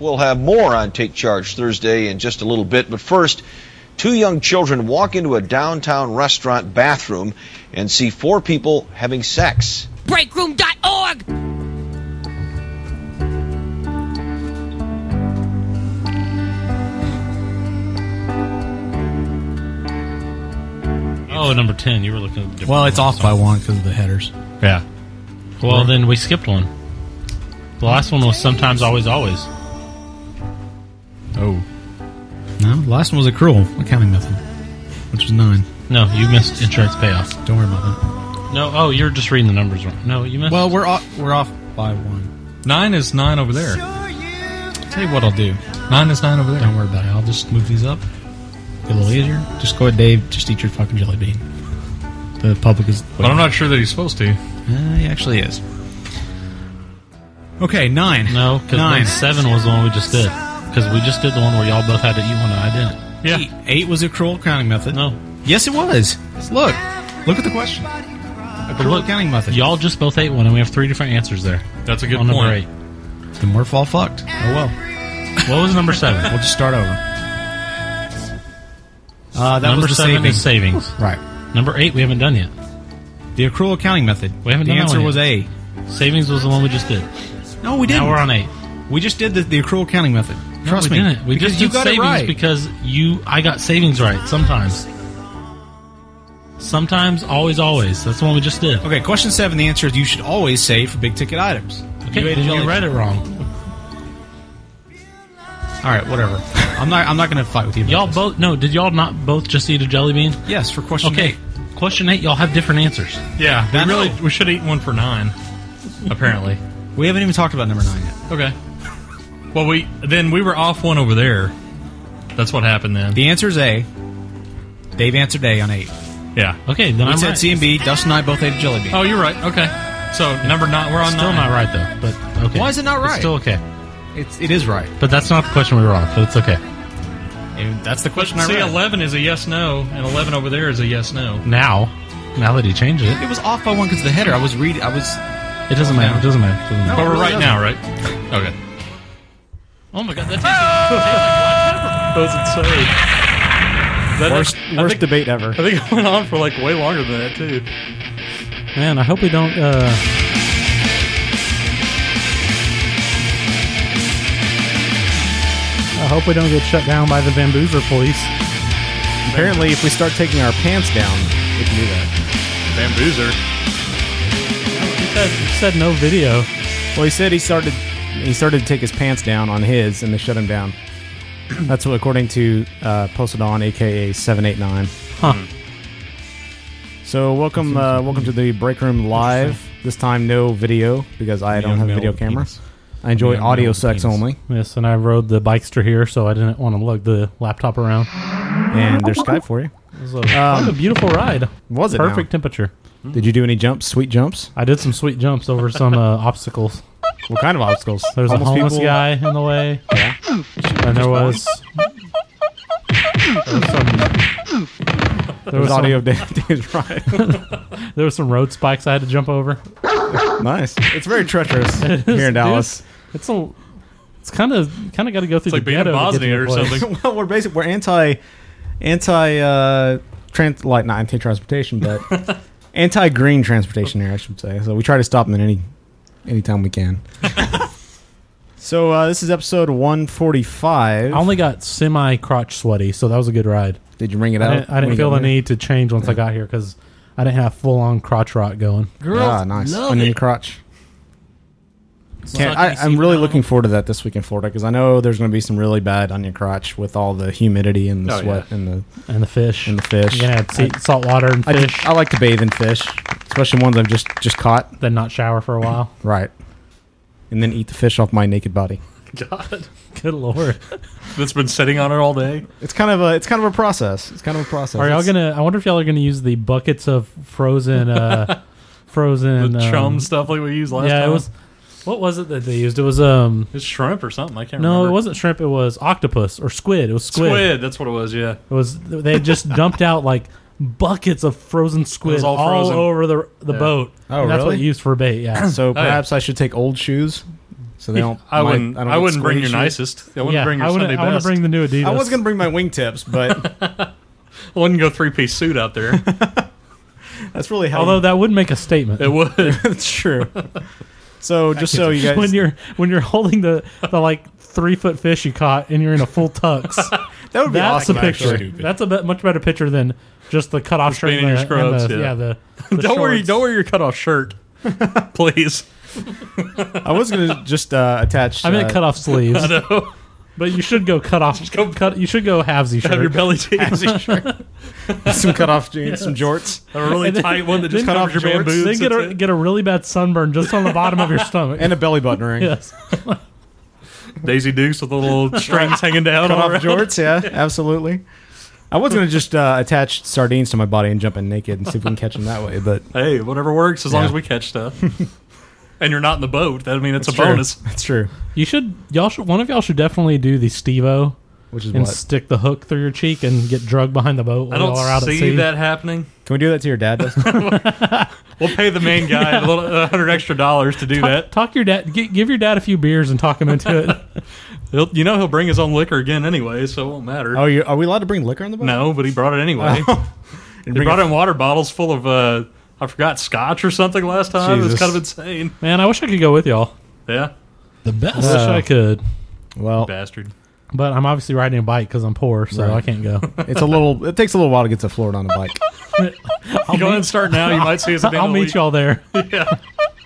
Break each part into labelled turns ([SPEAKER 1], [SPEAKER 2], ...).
[SPEAKER 1] We'll have more on Take Charge Thursday in just a little bit, but first, two young children walk into a downtown restaurant bathroom and see four people having sex.
[SPEAKER 2] Breakroom.org.
[SPEAKER 3] Oh, number 10. You were looking at a different
[SPEAKER 4] Well, it's
[SPEAKER 3] one,
[SPEAKER 4] off
[SPEAKER 3] so-
[SPEAKER 4] by one because of the headers.
[SPEAKER 3] Yeah. Well, then we skipped one. The last one was sometimes, always, always.
[SPEAKER 4] Oh. No, the last one was accrual accounting method, which was nine.
[SPEAKER 3] No, you missed insurance payoff.
[SPEAKER 4] Don't worry about
[SPEAKER 3] No, oh, you're just reading the numbers wrong. No, you
[SPEAKER 4] that.
[SPEAKER 3] missed.
[SPEAKER 4] Well, we're off, we're off by one.
[SPEAKER 5] Nine is nine over there.
[SPEAKER 4] Tell you what I'll do.
[SPEAKER 5] Nine is nine over there.
[SPEAKER 4] Don't worry about it. I'll just move these up. Get a little easier. Just go ahead, Dave. Just eat your fucking jelly bean. The public is.
[SPEAKER 5] But I'm not sure that he's supposed to.
[SPEAKER 4] Uh, he actually is. Okay, nine.
[SPEAKER 3] no, because
[SPEAKER 4] nine.
[SPEAKER 3] seven was the one we just did. Because we just did the one where y'all both had to eat one and I didn't.
[SPEAKER 4] Eight. Eight was accrual accounting method.
[SPEAKER 3] No.
[SPEAKER 4] Yes, it was. Look, look at the question. Accrual
[SPEAKER 3] look,
[SPEAKER 4] accounting method.
[SPEAKER 3] Y'all just both ate one and we have three different answers there.
[SPEAKER 5] That's a good
[SPEAKER 3] on number
[SPEAKER 5] point.
[SPEAKER 3] eight.
[SPEAKER 4] Then we're all fucked. Oh well.
[SPEAKER 3] What was number
[SPEAKER 4] We'll
[SPEAKER 3] seven?
[SPEAKER 4] just start over. Uh, that
[SPEAKER 3] number
[SPEAKER 4] was the
[SPEAKER 3] seven
[SPEAKER 4] saving.
[SPEAKER 3] is savings.
[SPEAKER 4] Right.
[SPEAKER 3] Number eight, we haven't done yet.
[SPEAKER 4] The accrual accounting method.
[SPEAKER 3] We haven't
[SPEAKER 4] the
[SPEAKER 3] done that
[SPEAKER 4] answer
[SPEAKER 3] one
[SPEAKER 4] was A.
[SPEAKER 3] Savings was the one we just did.
[SPEAKER 4] No, we didn't.
[SPEAKER 3] Now we're on eight.
[SPEAKER 4] We just did the, the accrual accounting method.
[SPEAKER 3] No,
[SPEAKER 4] Trust
[SPEAKER 3] we
[SPEAKER 4] me.
[SPEAKER 3] Didn't. We
[SPEAKER 4] Because
[SPEAKER 3] just
[SPEAKER 4] you
[SPEAKER 3] did
[SPEAKER 4] got
[SPEAKER 3] savings
[SPEAKER 4] it right.
[SPEAKER 3] because you I got savings right sometimes. Sometimes, always, always. That's the one we just did.
[SPEAKER 4] okay, question seven. The answer is you should always save for big ticket items.
[SPEAKER 3] Okay,
[SPEAKER 4] you ate a
[SPEAKER 3] then you
[SPEAKER 4] jelly-
[SPEAKER 3] read it wrong.
[SPEAKER 4] All right, whatever. I'm not. I'm not going to fight with you. About
[SPEAKER 3] Y'all
[SPEAKER 4] this.
[SPEAKER 3] both no. Did y'all not both just eat a jelly bean?
[SPEAKER 4] Yes, for question.
[SPEAKER 3] Okay.
[SPEAKER 4] eight.
[SPEAKER 3] Question eight. Y'all have different answers.
[SPEAKER 5] Yeah,
[SPEAKER 4] That's-
[SPEAKER 5] we really we should have eaten one for nine. Apparently.
[SPEAKER 4] we haven't even talked about number nine yet.
[SPEAKER 5] okay. Well, we then we were off one over there. That's what happened then.
[SPEAKER 4] The answer is A. Dave answered A on eight.
[SPEAKER 5] Yeah.
[SPEAKER 3] Okay, then
[SPEAKER 4] We
[SPEAKER 3] I'm
[SPEAKER 4] said
[SPEAKER 3] right.
[SPEAKER 4] C and B. Dustin and I both ate a jelly bean.
[SPEAKER 5] Oh, you're right. Okay. So number nine, we're on
[SPEAKER 3] Still
[SPEAKER 5] nine.
[SPEAKER 3] not right though. But okay.
[SPEAKER 4] Why is it not
[SPEAKER 3] It's
[SPEAKER 4] right?
[SPEAKER 3] still okay.
[SPEAKER 4] It's it is right.
[SPEAKER 3] But that's not the question we were on. So it's okay.
[SPEAKER 4] And that's the question I
[SPEAKER 5] See,
[SPEAKER 4] read.
[SPEAKER 5] eleven is a yes no, and eleven over there is a yes no.
[SPEAKER 3] Now, now that he changed it,
[SPEAKER 4] It was off by one because the header. I was reading. I was.
[SPEAKER 3] it doesn't matter. It doesn't matter. It doesn't matter.
[SPEAKER 5] But we're
[SPEAKER 4] really
[SPEAKER 5] right
[SPEAKER 4] doesn't.
[SPEAKER 5] now, right? Okay.
[SPEAKER 3] Oh my god, that tastes
[SPEAKER 5] That was insane. That
[SPEAKER 6] Worst, worst debate ever.
[SPEAKER 5] I think it went on for like way longer than that too.
[SPEAKER 3] like man. I hope we don't. uh
[SPEAKER 6] I hope we don't get shut down by the Bamboozer police. Apparently, if we start taking our pants down, we can do that.
[SPEAKER 5] Bamboozer.
[SPEAKER 3] You said, you said no video.
[SPEAKER 6] Well, he said he started he started to take his pants down on his, and they shut him down. That's what, according to uh, Posted On, aka Seven Eight Nine. Hmm.
[SPEAKER 3] Huh.
[SPEAKER 6] So welcome, uh, welcome to the break room live. This time, no video because I don't have a video camera. I enjoy audio sex only,
[SPEAKER 3] Yes, and I rode the bikester here, so I didn't want to lug the laptop around.
[SPEAKER 6] and there's Skype for you.
[SPEAKER 3] It was a, what a beautiful ride.
[SPEAKER 6] Was it now?
[SPEAKER 3] Perfect temperature.
[SPEAKER 6] Did you do any jumps? Sweet jumps?
[SPEAKER 3] I did some sweet jumps over some uh, obstacles.
[SPEAKER 6] What kind of obstacles?
[SPEAKER 3] There was a homeless
[SPEAKER 6] people?
[SPEAKER 3] guy in the way, and there was. There was some. There
[SPEAKER 6] There's
[SPEAKER 3] was,
[SPEAKER 6] audio
[SPEAKER 3] some,
[SPEAKER 6] of Dan- Dan's ride.
[SPEAKER 3] there was some road spikes I had to jump over.
[SPEAKER 6] nice. It's very treacherous here in Dallas.
[SPEAKER 3] It's a, it's kind of kind of got to go through
[SPEAKER 5] It's like
[SPEAKER 3] the
[SPEAKER 5] being in
[SPEAKER 3] ghetto to get
[SPEAKER 5] Bosnia
[SPEAKER 3] to your
[SPEAKER 5] or
[SPEAKER 3] place.
[SPEAKER 5] something.
[SPEAKER 6] well, we're basic. We're anti, anti, uh, trans, like not anti transportation, but anti green transportation here, I should say. So we try to stop them at any, any time we can. so uh, this is episode one forty five.
[SPEAKER 3] I only got semi crotch sweaty, so that was a good ride.
[SPEAKER 6] Did you ring Oh, it
[SPEAKER 3] I
[SPEAKER 6] out?
[SPEAKER 3] didn't, I didn't feel the need to change once I got here because I didn't have full on crotch rot going.
[SPEAKER 6] Ah, nice onion crotch. Can't, I, I'm really looking forward to that this week in Florida because I know there's going to be some really bad onion crotch with all the humidity and the
[SPEAKER 5] Oh,
[SPEAKER 6] sweat and the
[SPEAKER 3] And the fish.
[SPEAKER 6] And the fish.
[SPEAKER 3] You're gonna have sea- salt water and
[SPEAKER 6] I,
[SPEAKER 3] fish,
[SPEAKER 6] just- I like to bathe in fish, especially ones I've just just caught.
[SPEAKER 3] then not shower for a while.
[SPEAKER 6] Right. And then eat the fish off my naked body.
[SPEAKER 5] God,
[SPEAKER 3] good lord.
[SPEAKER 5] that's been sitting on it all day.
[SPEAKER 6] It's kind of a it's kind of a process. It's kind of a process.
[SPEAKER 3] Are y'all
[SPEAKER 6] It's-
[SPEAKER 3] gonna? I wonder if y'all are gonna use the buckets of frozen, uh,
[SPEAKER 5] The
[SPEAKER 3] frozen um,
[SPEAKER 5] chum stuff like we used last
[SPEAKER 3] Yeah,
[SPEAKER 5] time.
[SPEAKER 3] it was. What was it that they used? It was um.
[SPEAKER 5] It's shrimp or something. I can't
[SPEAKER 3] No,
[SPEAKER 5] remember.
[SPEAKER 3] it wasn't shrimp. It was octopus or squid. It was
[SPEAKER 5] squid.
[SPEAKER 3] squid.
[SPEAKER 5] That's what it was. Yeah.
[SPEAKER 3] It
[SPEAKER 2] Oh,
[SPEAKER 3] was. They had just dumped out like buckets of frozen squid
[SPEAKER 5] all
[SPEAKER 3] all,
[SPEAKER 5] frozen.
[SPEAKER 3] over the the
[SPEAKER 5] Yeah.
[SPEAKER 3] boat.
[SPEAKER 6] Oh,
[SPEAKER 3] and That's what
[SPEAKER 6] really?
[SPEAKER 3] you used for bait. Yeah.
[SPEAKER 6] So
[SPEAKER 5] yeah.
[SPEAKER 6] perhaps Oh, I should take old shoes. so they don't.
[SPEAKER 7] I
[SPEAKER 6] my-
[SPEAKER 7] wouldn't. I,
[SPEAKER 6] don't get
[SPEAKER 7] wouldn't bring your
[SPEAKER 6] squished.
[SPEAKER 7] nicest. I wouldn't
[SPEAKER 2] yeah,
[SPEAKER 7] bring your
[SPEAKER 2] I
[SPEAKER 7] Sunday
[SPEAKER 2] wanna, I wanna
[SPEAKER 7] best.
[SPEAKER 2] bring the new Adidas.
[SPEAKER 6] I was gonna bring my wingtips, but
[SPEAKER 7] I wouldn't go three piece suit out there.
[SPEAKER 6] that's really how.
[SPEAKER 2] Although that would make a statement.
[SPEAKER 7] it would.
[SPEAKER 6] that's true. So just so you guys,
[SPEAKER 2] when you're when you're holding the the like three foot fish you caught and you're in a full tux.
[SPEAKER 6] that would be
[SPEAKER 2] that's
[SPEAKER 6] awesome.
[SPEAKER 2] a picture.
[SPEAKER 6] actually.
[SPEAKER 2] That's a bit, much better picture than just the cut off shirt
[SPEAKER 7] being
[SPEAKER 2] and
[SPEAKER 7] in
[SPEAKER 2] the,
[SPEAKER 7] your
[SPEAKER 2] and the-
[SPEAKER 7] scrubs, yeah.
[SPEAKER 2] the, the
[SPEAKER 7] don't wear
[SPEAKER 2] shorts.
[SPEAKER 7] don't wear your cutoff shirt, please.
[SPEAKER 6] I was gonna just uh, attach.
[SPEAKER 2] I meant
[SPEAKER 6] uh,
[SPEAKER 2] cut off sleeves. But you should go cut off.
[SPEAKER 7] go-
[SPEAKER 2] cut, you should go halvesy shirt.
[SPEAKER 7] Have your belly jeans,
[SPEAKER 6] some cut off jeans, some jorts.
[SPEAKER 7] a really tight one that just
[SPEAKER 2] then
[SPEAKER 7] covers your man
[SPEAKER 2] shorts.
[SPEAKER 7] boobs.
[SPEAKER 2] Then get
[SPEAKER 7] That's
[SPEAKER 2] a
[SPEAKER 7] it.
[SPEAKER 2] get a really bad sunburn just on the bottom of your stomach.
[SPEAKER 6] and a belly button ring.
[SPEAKER 2] yes,
[SPEAKER 7] Daisy Dukes with the little strings hanging down.
[SPEAKER 6] Cut
[SPEAKER 7] all
[SPEAKER 6] off
[SPEAKER 7] around.
[SPEAKER 6] jorts, yeah, absolutely. I was gonna just uh, attach sardines to my body and jump in naked and see if we can catch them that way, but
[SPEAKER 7] Hey, whatever works as long
[SPEAKER 6] Yeah.
[SPEAKER 7] as we catch stuff. and you're not in the boat. I mean, it's a
[SPEAKER 6] true.
[SPEAKER 7] bonus.
[SPEAKER 6] That's true.
[SPEAKER 2] you should. Y'all should. One of y'all should definitely do the Stevo
[SPEAKER 6] Which is
[SPEAKER 2] and
[SPEAKER 6] what?
[SPEAKER 2] stick the hook through your cheek and get drugged behind the boat.
[SPEAKER 7] I
[SPEAKER 2] While
[SPEAKER 7] don't
[SPEAKER 2] y'all are out at
[SPEAKER 7] see
[SPEAKER 2] sea.
[SPEAKER 7] that happening.
[SPEAKER 6] Can we do that to your dad? Dustin?
[SPEAKER 7] We'll pay the main guy a little a hundred extra dollars to do
[SPEAKER 2] Talk,
[SPEAKER 7] that.
[SPEAKER 2] talk your dad. gi- give your dad a few beers and talk him into it.
[SPEAKER 7] He'll, you know he'll bring his own liquor again anyway, so it won't matter.
[SPEAKER 6] oh, you, are we allowed to bring liquor in the boat?
[SPEAKER 7] no, but he brought it anyway. he
[SPEAKER 6] bring
[SPEAKER 7] brought
[SPEAKER 6] a-
[SPEAKER 7] in water bottles full of uh, I forgot scotch or something last time. It's
[SPEAKER 6] Jesus.
[SPEAKER 7] kind of insane.
[SPEAKER 2] Man, I wish I could go with y'all.
[SPEAKER 7] Yeah,
[SPEAKER 8] The best.
[SPEAKER 2] I wish
[SPEAKER 6] Uh.
[SPEAKER 2] I could,
[SPEAKER 6] Well,
[SPEAKER 7] bastard.
[SPEAKER 2] but I'm obviously riding a bike because I'm poor, so
[SPEAKER 6] Right.
[SPEAKER 2] I can't go.
[SPEAKER 6] it's a little. It takes a little while to get to Florida on a bike.
[SPEAKER 7] You go ahead and start now. You might see us at the end
[SPEAKER 2] I'll
[SPEAKER 7] of the
[SPEAKER 2] meet
[SPEAKER 7] week.
[SPEAKER 2] y'all there.
[SPEAKER 7] Yeah,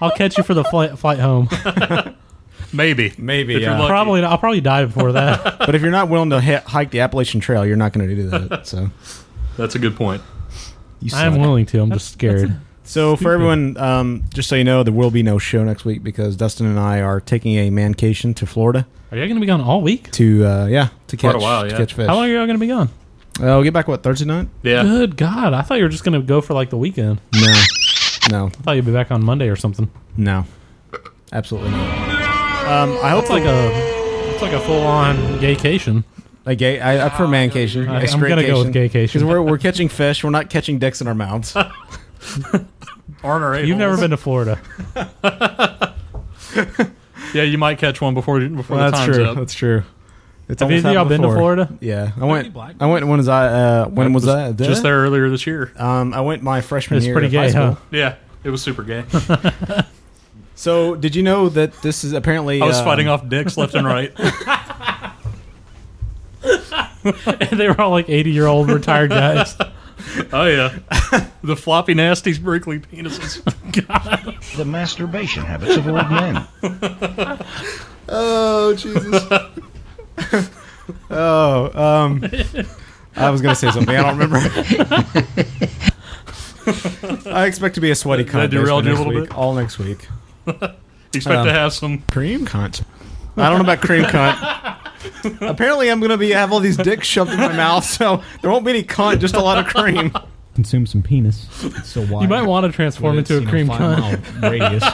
[SPEAKER 2] I'll catch you for the flight, flight home.
[SPEAKER 7] maybe.
[SPEAKER 6] Maybe,
[SPEAKER 7] If you're
[SPEAKER 6] yeah.
[SPEAKER 7] lucky.
[SPEAKER 2] Probably, not- I'll probably die before that.
[SPEAKER 6] But if you're not willing to ha- hike the Appalachian Trail, you're not going to do that. So
[SPEAKER 7] That's a good point.
[SPEAKER 6] you
[SPEAKER 2] I am
[SPEAKER 6] suck.
[SPEAKER 2] willing to. I'm just scared.
[SPEAKER 6] So for everyone, um, just so you know, there will be no show next week because Dustin and I are taking a mancation to Florida
[SPEAKER 2] Are y'all going to be gone all week?
[SPEAKER 6] to uh, yeah to
[SPEAKER 7] Quite
[SPEAKER 6] catch
[SPEAKER 7] a while,
[SPEAKER 6] to
[SPEAKER 7] yeah.
[SPEAKER 6] catch fish.
[SPEAKER 2] How long are y'all going to be gone?
[SPEAKER 6] Uh, we'll get back what Thursday night?
[SPEAKER 7] Yeah,
[SPEAKER 2] Good God! I thought you were just going to go for like the weekend.
[SPEAKER 6] No, no,
[SPEAKER 2] I thought you'd be back on Monday or something.
[SPEAKER 6] no, absolutely not. Um, I hope
[SPEAKER 2] It's like a, it's like a full-on gaycation.
[SPEAKER 6] a gay. I, I prefer mancation.
[SPEAKER 2] I- I'm gonna go with gaycation.
[SPEAKER 6] because we're we're catching fish. We're not catching dicks in our mouths.
[SPEAKER 7] Arn or
[SPEAKER 2] You've never been to Florida.
[SPEAKER 7] Yeah, you might catch one before before the
[SPEAKER 6] that's
[SPEAKER 7] time's
[SPEAKER 6] true.
[SPEAKER 7] up.
[SPEAKER 6] That's true. It's
[SPEAKER 2] Have
[SPEAKER 6] almost
[SPEAKER 2] either of y'all
[SPEAKER 6] happened
[SPEAKER 2] been to
[SPEAKER 6] before.
[SPEAKER 2] Florida?
[SPEAKER 6] Yeah, I went. I went when was I? Uh, when was I?
[SPEAKER 7] Just there earlier this year.
[SPEAKER 6] Um, I went my freshman
[SPEAKER 2] It's
[SPEAKER 6] year.
[SPEAKER 2] pretty
[SPEAKER 6] of high
[SPEAKER 2] gay,
[SPEAKER 6] school.
[SPEAKER 2] huh?
[SPEAKER 7] Yeah, it was super gay.
[SPEAKER 6] So, did you know that this is apparently?
[SPEAKER 7] I was
[SPEAKER 6] um,
[SPEAKER 7] fighting off dicks left and right.
[SPEAKER 2] they were all like 80-year-old retired guys.
[SPEAKER 7] Oh yeah, the floppy nasties, wrinkly penises.
[SPEAKER 9] The masturbation habits of old men.
[SPEAKER 6] Oh Jesus. oh, um, I was gonna say something. I don't remember. I expect to be a sweaty cunt
[SPEAKER 7] derailed you a
[SPEAKER 6] next
[SPEAKER 7] little
[SPEAKER 6] week,
[SPEAKER 7] bit?
[SPEAKER 6] all next week.
[SPEAKER 7] Expect to have some.
[SPEAKER 6] Cream cunt. I don't know about cream cunt. Apparently, I'm gonna be have all these dicks shoved in my mouth, so there won't be any cunt, just a lot of cream.
[SPEAKER 4] Consume some penis. It's so wide.
[SPEAKER 2] You might want to transform into a cream cunt.
[SPEAKER 4] radius.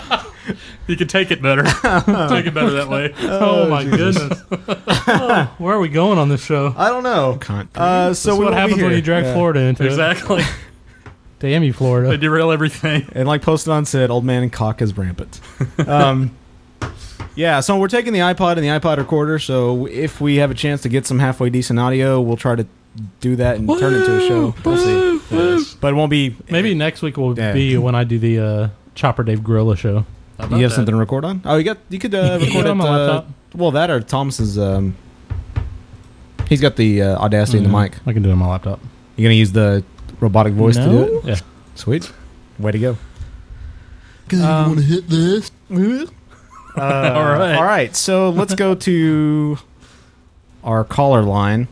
[SPEAKER 7] You can take it better. take it better that way.
[SPEAKER 2] Oh, my goodness. Oh, where are we going on this show?
[SPEAKER 6] I don't know.
[SPEAKER 4] Cunt.
[SPEAKER 6] Uh, so
[SPEAKER 2] That's
[SPEAKER 6] we
[SPEAKER 2] what
[SPEAKER 6] won't be
[SPEAKER 2] happens when
[SPEAKER 6] here.
[SPEAKER 2] you drag
[SPEAKER 6] Yeah.
[SPEAKER 2] Florida into it.
[SPEAKER 7] Exactly.
[SPEAKER 2] Damn you,
[SPEAKER 7] They
[SPEAKER 2] Florida.
[SPEAKER 7] derail everything.
[SPEAKER 6] And like posted on said, old man and cock is rampant. Um, yeah, so we're taking the iPod and the iPod recorder. So if we have a chance to get some halfway decent audio, we'll try to do that and turn it into a show. We'll see. But it won't be.
[SPEAKER 2] Maybe next week will
[SPEAKER 6] Yeah.
[SPEAKER 2] be when I do the uh, Chopper Dave Gorilla show.
[SPEAKER 6] you have something to record on? Oh, you got. You could uh, record
[SPEAKER 2] Yeah,
[SPEAKER 6] it.
[SPEAKER 2] on my
[SPEAKER 6] uh,
[SPEAKER 2] laptop.
[SPEAKER 6] well, that or Thomas's. Um, he's got the uh, audacity in the mic.
[SPEAKER 2] I can do it on my laptop.
[SPEAKER 6] You gonna use the robotic voice to do it?
[SPEAKER 2] Yeah.
[SPEAKER 6] Sweet. Way to go.
[SPEAKER 2] Um,
[SPEAKER 7] All right.
[SPEAKER 6] All right, so let's go to our caller line.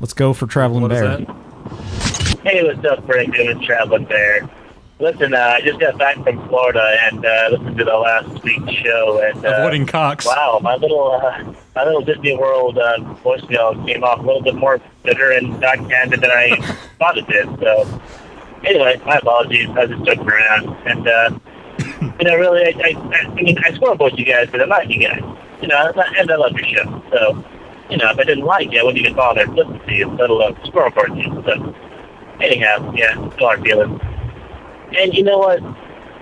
[SPEAKER 6] Let's go for traveling
[SPEAKER 7] What is
[SPEAKER 6] bear.
[SPEAKER 7] that?
[SPEAKER 10] Hey, what's up, Brandon and Traveling Bear? Listen, uh, I just got back from Florida and uh, listened to the last week's show. And uh,
[SPEAKER 7] Avoiding cocks.
[SPEAKER 10] wow, my little uh, my little Disney World uh, voicemail came off a little bit more bitter and not candid than I thought it did. So, anyway, my apologies. I was just joking around, and uh, you know, really, I, I, I mean, I swear both you guys, but I like you guys. You know, and I- and I love your show. So, you know, if I didn't like it, I wouldn't even bother to listen to you, let alone squirrel for you. So, anyhow, yeah, that's how I'm feeling. And you know what?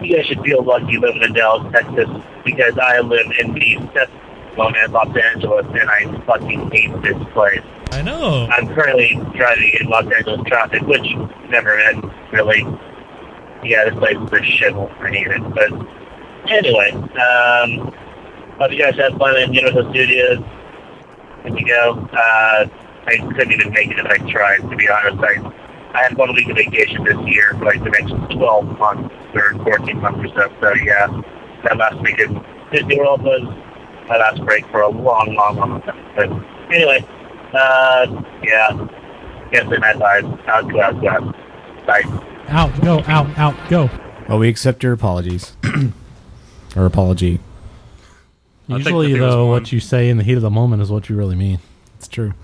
[SPEAKER 10] You guys should feel lucky living in Dallas, Texas. because I live in the Cessna in Los Angeles and I fucking hate this place.
[SPEAKER 5] I know.
[SPEAKER 10] I'm currently driving in Los Angeles traffic, which never ends, really. Yeah, this place is a shithole. I hate it. But anyway, um, hope you guys had fun in Universal Studios. When you go, uh, I couldn't even make it if I tried, to be honest. I, I had one week of vacation this year, but like the next 12 months or 14 months or so. So yeah, that last week in Disney World was my last break for a long, long, long time. But anyway, uh, yeah, guess the night lives. Out, go, out, go, out. Bye.
[SPEAKER 2] Out, go, out, out, go.
[SPEAKER 6] Well, we accept your apologies. Our apology.
[SPEAKER 5] I think
[SPEAKER 2] Usually,
[SPEAKER 5] that there was
[SPEAKER 2] though,
[SPEAKER 5] one-
[SPEAKER 2] what you say in the heat of the moment is what you really mean.
[SPEAKER 6] It's true.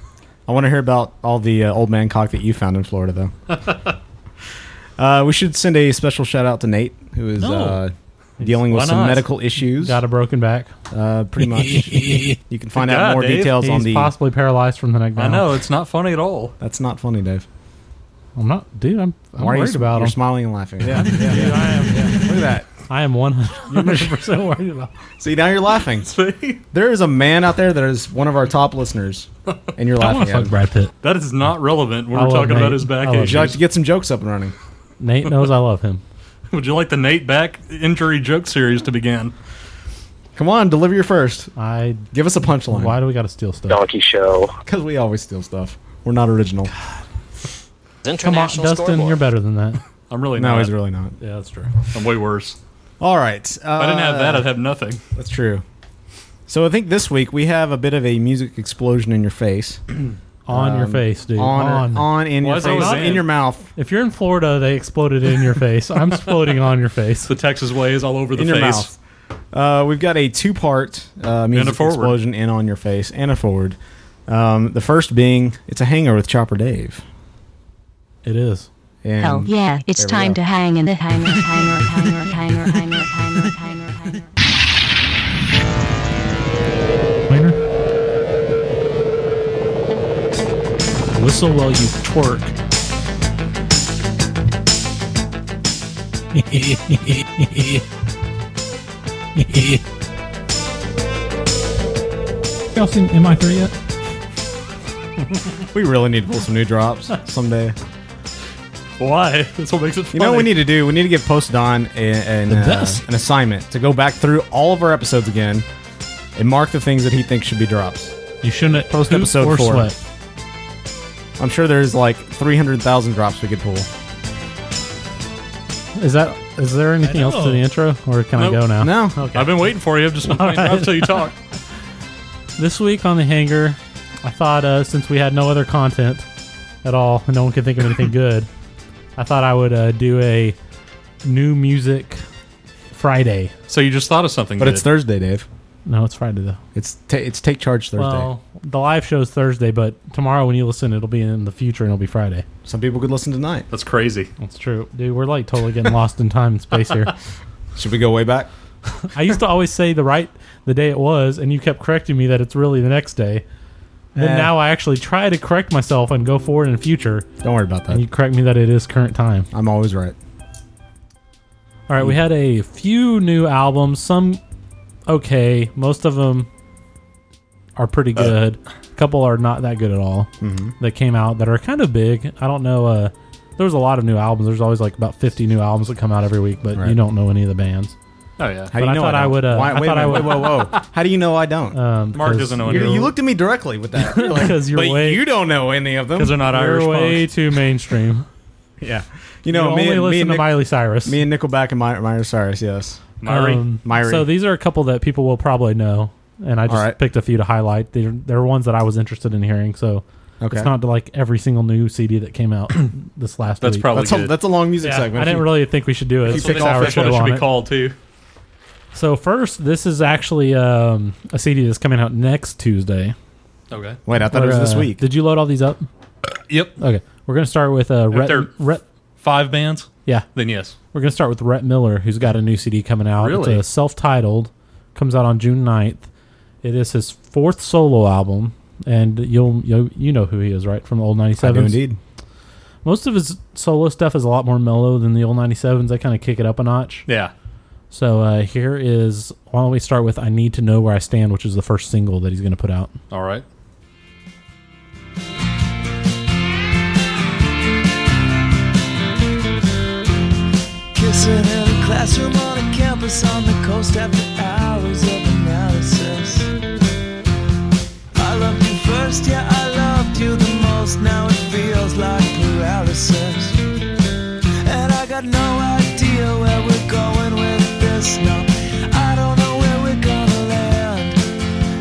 [SPEAKER 6] I want to hear about all the uh, old man cock that you found in Florida, though. uh, we should send a special shout out to Nate, who is
[SPEAKER 2] No.
[SPEAKER 6] uh, dealing with
[SPEAKER 2] Why
[SPEAKER 6] some
[SPEAKER 2] not?
[SPEAKER 6] medical issues.
[SPEAKER 2] Got a broken back.
[SPEAKER 6] uh, pretty much. you can find out
[SPEAKER 7] God,
[SPEAKER 6] more
[SPEAKER 7] Dave.
[SPEAKER 6] details
[SPEAKER 2] He's
[SPEAKER 6] on the.
[SPEAKER 2] possibly paralyzed from the neck down.
[SPEAKER 7] I know it's not funny at all.
[SPEAKER 6] That's not funny, Dave.
[SPEAKER 2] I'm not, dude. I'm, I'm
[SPEAKER 6] Why are you
[SPEAKER 2] worried
[SPEAKER 6] s-
[SPEAKER 2] about
[SPEAKER 6] You're
[SPEAKER 2] him.
[SPEAKER 6] smiling and laughing. Yeah. Look at that.
[SPEAKER 2] I am 100 percent worried about. Him.
[SPEAKER 6] See, now you're laughing. There is a man out there that is one of our top listeners, and you're
[SPEAKER 3] I
[SPEAKER 6] laughing
[SPEAKER 3] want to
[SPEAKER 6] at
[SPEAKER 3] fuck
[SPEAKER 6] him.
[SPEAKER 3] Brad Pitt.
[SPEAKER 7] That is not relevant when
[SPEAKER 2] I
[SPEAKER 7] we're
[SPEAKER 2] love
[SPEAKER 7] talking about
[SPEAKER 2] Nate.
[SPEAKER 7] his back
[SPEAKER 2] I love
[SPEAKER 6] Would you like
[SPEAKER 7] issues.
[SPEAKER 6] to get some jokes up and running?
[SPEAKER 2] Nate knows I love him.
[SPEAKER 7] Would you like the Nate back injury joke series to begin?
[SPEAKER 6] Come on, deliver your first.
[SPEAKER 7] Uh,
[SPEAKER 2] I.
[SPEAKER 6] Give us a punchline.
[SPEAKER 2] Why do we got to steal stuff?
[SPEAKER 10] Donkey Show.
[SPEAKER 6] Because we always steal stuff. We're not original.
[SPEAKER 2] Come on,
[SPEAKER 11] International
[SPEAKER 2] Dustin.
[SPEAKER 11] scoreboard.
[SPEAKER 2] You're better than that.
[SPEAKER 7] I'm really
[SPEAKER 6] No,
[SPEAKER 7] not.
[SPEAKER 6] he's really not.
[SPEAKER 2] Yeah, that's true.
[SPEAKER 7] I'm way worse.
[SPEAKER 6] All right. Uh,
[SPEAKER 7] If I didn't have that, I'd have nothing.
[SPEAKER 6] That's true. So I think this week we have a bit of a music explosion in your face.
[SPEAKER 2] On
[SPEAKER 6] Um,
[SPEAKER 2] your face, dude.
[SPEAKER 6] On,
[SPEAKER 2] on.
[SPEAKER 6] on. in
[SPEAKER 7] Why
[SPEAKER 6] your
[SPEAKER 7] is it always
[SPEAKER 6] face, in
[SPEAKER 7] in?
[SPEAKER 6] your mouth,
[SPEAKER 2] If you're in Florida, they exploded in your face. I'm exploding on your face.
[SPEAKER 7] The Texas way is all over the
[SPEAKER 6] in
[SPEAKER 7] face.
[SPEAKER 6] your mouth. Uh, we've got a two-part uh, music
[SPEAKER 7] forward.
[SPEAKER 6] explosion in on your face and a forward. Um, the first being it's a hanger with Chopper Dave.
[SPEAKER 2] It is.
[SPEAKER 6] And
[SPEAKER 12] Hell yeah, it's
[SPEAKER 6] there we
[SPEAKER 12] time
[SPEAKER 6] go.
[SPEAKER 12] to hang in the hanger, hanger, hanger, hanger, hanger, hanger, hanger, hanger.
[SPEAKER 2] Cleaner. Whistle while you twerk. Y'all seen MI3 yet?
[SPEAKER 6] We really need to pull some new drops someday.
[SPEAKER 7] Why? That's what makes it funny.
[SPEAKER 6] You know what we need to do? We need to give Post Don a- an, uh,
[SPEAKER 2] best.
[SPEAKER 6] an assignment to go back through all of our episodes again and mark the things that he thinks should be drops.
[SPEAKER 3] You shouldn't
[SPEAKER 6] Post
[SPEAKER 3] poop
[SPEAKER 6] episode
[SPEAKER 3] or
[SPEAKER 6] four.
[SPEAKER 3] sweat.
[SPEAKER 6] I'm sure there's like 300,000 drops we could pull.
[SPEAKER 2] Is that is there anything else to the intro or can I
[SPEAKER 7] Nope.
[SPEAKER 2] go now?
[SPEAKER 6] No.
[SPEAKER 7] I've been waiting for you. I've just been waiting until you talk.
[SPEAKER 2] This week on the hanger, I thought uh, since we had no other content at all and no one could think of anything good, I thought I would uh, do a new music Friday.
[SPEAKER 7] So you just thought of something.
[SPEAKER 6] But
[SPEAKER 7] good.
[SPEAKER 6] it's Thursday, Dave.
[SPEAKER 2] No, it's Friday though.
[SPEAKER 6] It's ta it's Take Charge Thursday.
[SPEAKER 2] Well, the live show's Thursday, but tomorrow when you listen, it'll be in the future and it'll be Friday.
[SPEAKER 6] Some people could listen tonight.
[SPEAKER 7] That's crazy.
[SPEAKER 2] That's true, dude. We're like totally getting lost in time and space here.
[SPEAKER 6] Should we go way back?
[SPEAKER 2] I used to always say the right the day it was, and you kept correcting me that it's really the next day. Then
[SPEAKER 6] Eh.
[SPEAKER 2] now I actually try to correct myself and go forward in the future,
[SPEAKER 6] Don't worry about
[SPEAKER 2] and
[SPEAKER 6] that.
[SPEAKER 2] you correct me that it is current time.
[SPEAKER 6] I'm always right.
[SPEAKER 2] All right, we had a few new albums, some okay, most of them are pretty
[SPEAKER 6] Uh,
[SPEAKER 2] good. a couple are not that good at all
[SPEAKER 6] Mm-hmm.
[SPEAKER 2] that came out that are kind of big. I don't know. Uh, there was a lot of new albums. There's always like about 50 new albums that come out every week, but you
[SPEAKER 6] Right.
[SPEAKER 2] don't know any of the bands.
[SPEAKER 7] Oh yeah.
[SPEAKER 6] How do
[SPEAKER 2] But
[SPEAKER 6] you
[SPEAKER 2] I
[SPEAKER 6] know
[SPEAKER 2] thought I
[SPEAKER 6] don't?
[SPEAKER 2] would, uh,
[SPEAKER 6] Why-
[SPEAKER 2] I
[SPEAKER 6] wait
[SPEAKER 2] thought
[SPEAKER 6] a
[SPEAKER 2] I
[SPEAKER 6] minute.
[SPEAKER 2] would-
[SPEAKER 6] Whoa, whoa, whoa. How do you know I don't?
[SPEAKER 2] Um,
[SPEAKER 7] Mark
[SPEAKER 2] because
[SPEAKER 7] doesn't know
[SPEAKER 2] you're-
[SPEAKER 7] any
[SPEAKER 6] you, you looked at me directly with that. You're like,
[SPEAKER 2] Because you're
[SPEAKER 6] but
[SPEAKER 2] way-
[SPEAKER 6] you don't know any of them.
[SPEAKER 7] Because they're not
[SPEAKER 2] You're
[SPEAKER 7] Irish.
[SPEAKER 2] way
[SPEAKER 7] Way
[SPEAKER 2] too mainstream.
[SPEAKER 6] yeah. You
[SPEAKER 2] you
[SPEAKER 6] know, me,
[SPEAKER 2] only
[SPEAKER 6] and,
[SPEAKER 2] listen
[SPEAKER 6] me, and
[SPEAKER 2] to
[SPEAKER 6] Nick-
[SPEAKER 2] Miley Cyrus.
[SPEAKER 6] me and Nickelback and My- Myra Cyrus, yes.
[SPEAKER 2] Um,
[SPEAKER 6] Myri.
[SPEAKER 2] So these are a couple that people will probably know, and I just
[SPEAKER 6] All right.
[SPEAKER 2] picked a few to highlight. They're, they're ones that I was interested in hearing. So
[SPEAKER 6] Okay.
[SPEAKER 2] it's not like every single new CD that came out this last
[SPEAKER 7] That's
[SPEAKER 2] week.
[SPEAKER 7] probably
[SPEAKER 6] that's, a,
[SPEAKER 7] good.
[SPEAKER 6] that's a long music
[SPEAKER 2] Yeah,
[SPEAKER 6] segment.
[SPEAKER 2] I
[SPEAKER 6] If
[SPEAKER 2] didn't
[SPEAKER 6] you-
[SPEAKER 2] really think we should do it. It's a
[SPEAKER 7] That's what
[SPEAKER 2] six-hour
[SPEAKER 7] that's what
[SPEAKER 2] show
[SPEAKER 7] it should
[SPEAKER 2] on
[SPEAKER 7] be
[SPEAKER 2] it.
[SPEAKER 7] called too.
[SPEAKER 2] So first, this is actually um, a CD that's coming out next Tuesday.
[SPEAKER 7] Okay.
[SPEAKER 6] Wait, I thought it
[SPEAKER 2] Or,
[SPEAKER 6] was this
[SPEAKER 2] uh,
[SPEAKER 6] week.
[SPEAKER 2] Did you load all these up?
[SPEAKER 7] Yep.
[SPEAKER 2] Okay, we're gonna start with uh, Rhett,
[SPEAKER 7] they're-
[SPEAKER 2] Rhett-
[SPEAKER 7] Five bands.
[SPEAKER 2] Yeah,
[SPEAKER 7] Then yes.
[SPEAKER 2] we're gonna start with Rhett Miller, who's got a new CD coming out.
[SPEAKER 7] Really?
[SPEAKER 2] It's a self-titled. Comes out on June 9th. It is his fourth solo album, and you'll you you know who he is, right? From the old
[SPEAKER 6] I do
[SPEAKER 2] 97s.
[SPEAKER 6] indeed.
[SPEAKER 2] Most of his solo stuff is a lot more mellow than the old 97s. They kind of kick it up a notch.
[SPEAKER 7] Yeah.
[SPEAKER 2] So uh, here is why don't we start with "I Need to Know Where I Stand," which is the first single that he's going to put out.
[SPEAKER 7] All right.
[SPEAKER 11] Kissing in a classroom on a campus on the coast after hours of analysis. I loved you first, yeah, I loved you the most. Now it feels like paralysis. And I got no idea where we're going with this. No, I don't know where we're gonna land.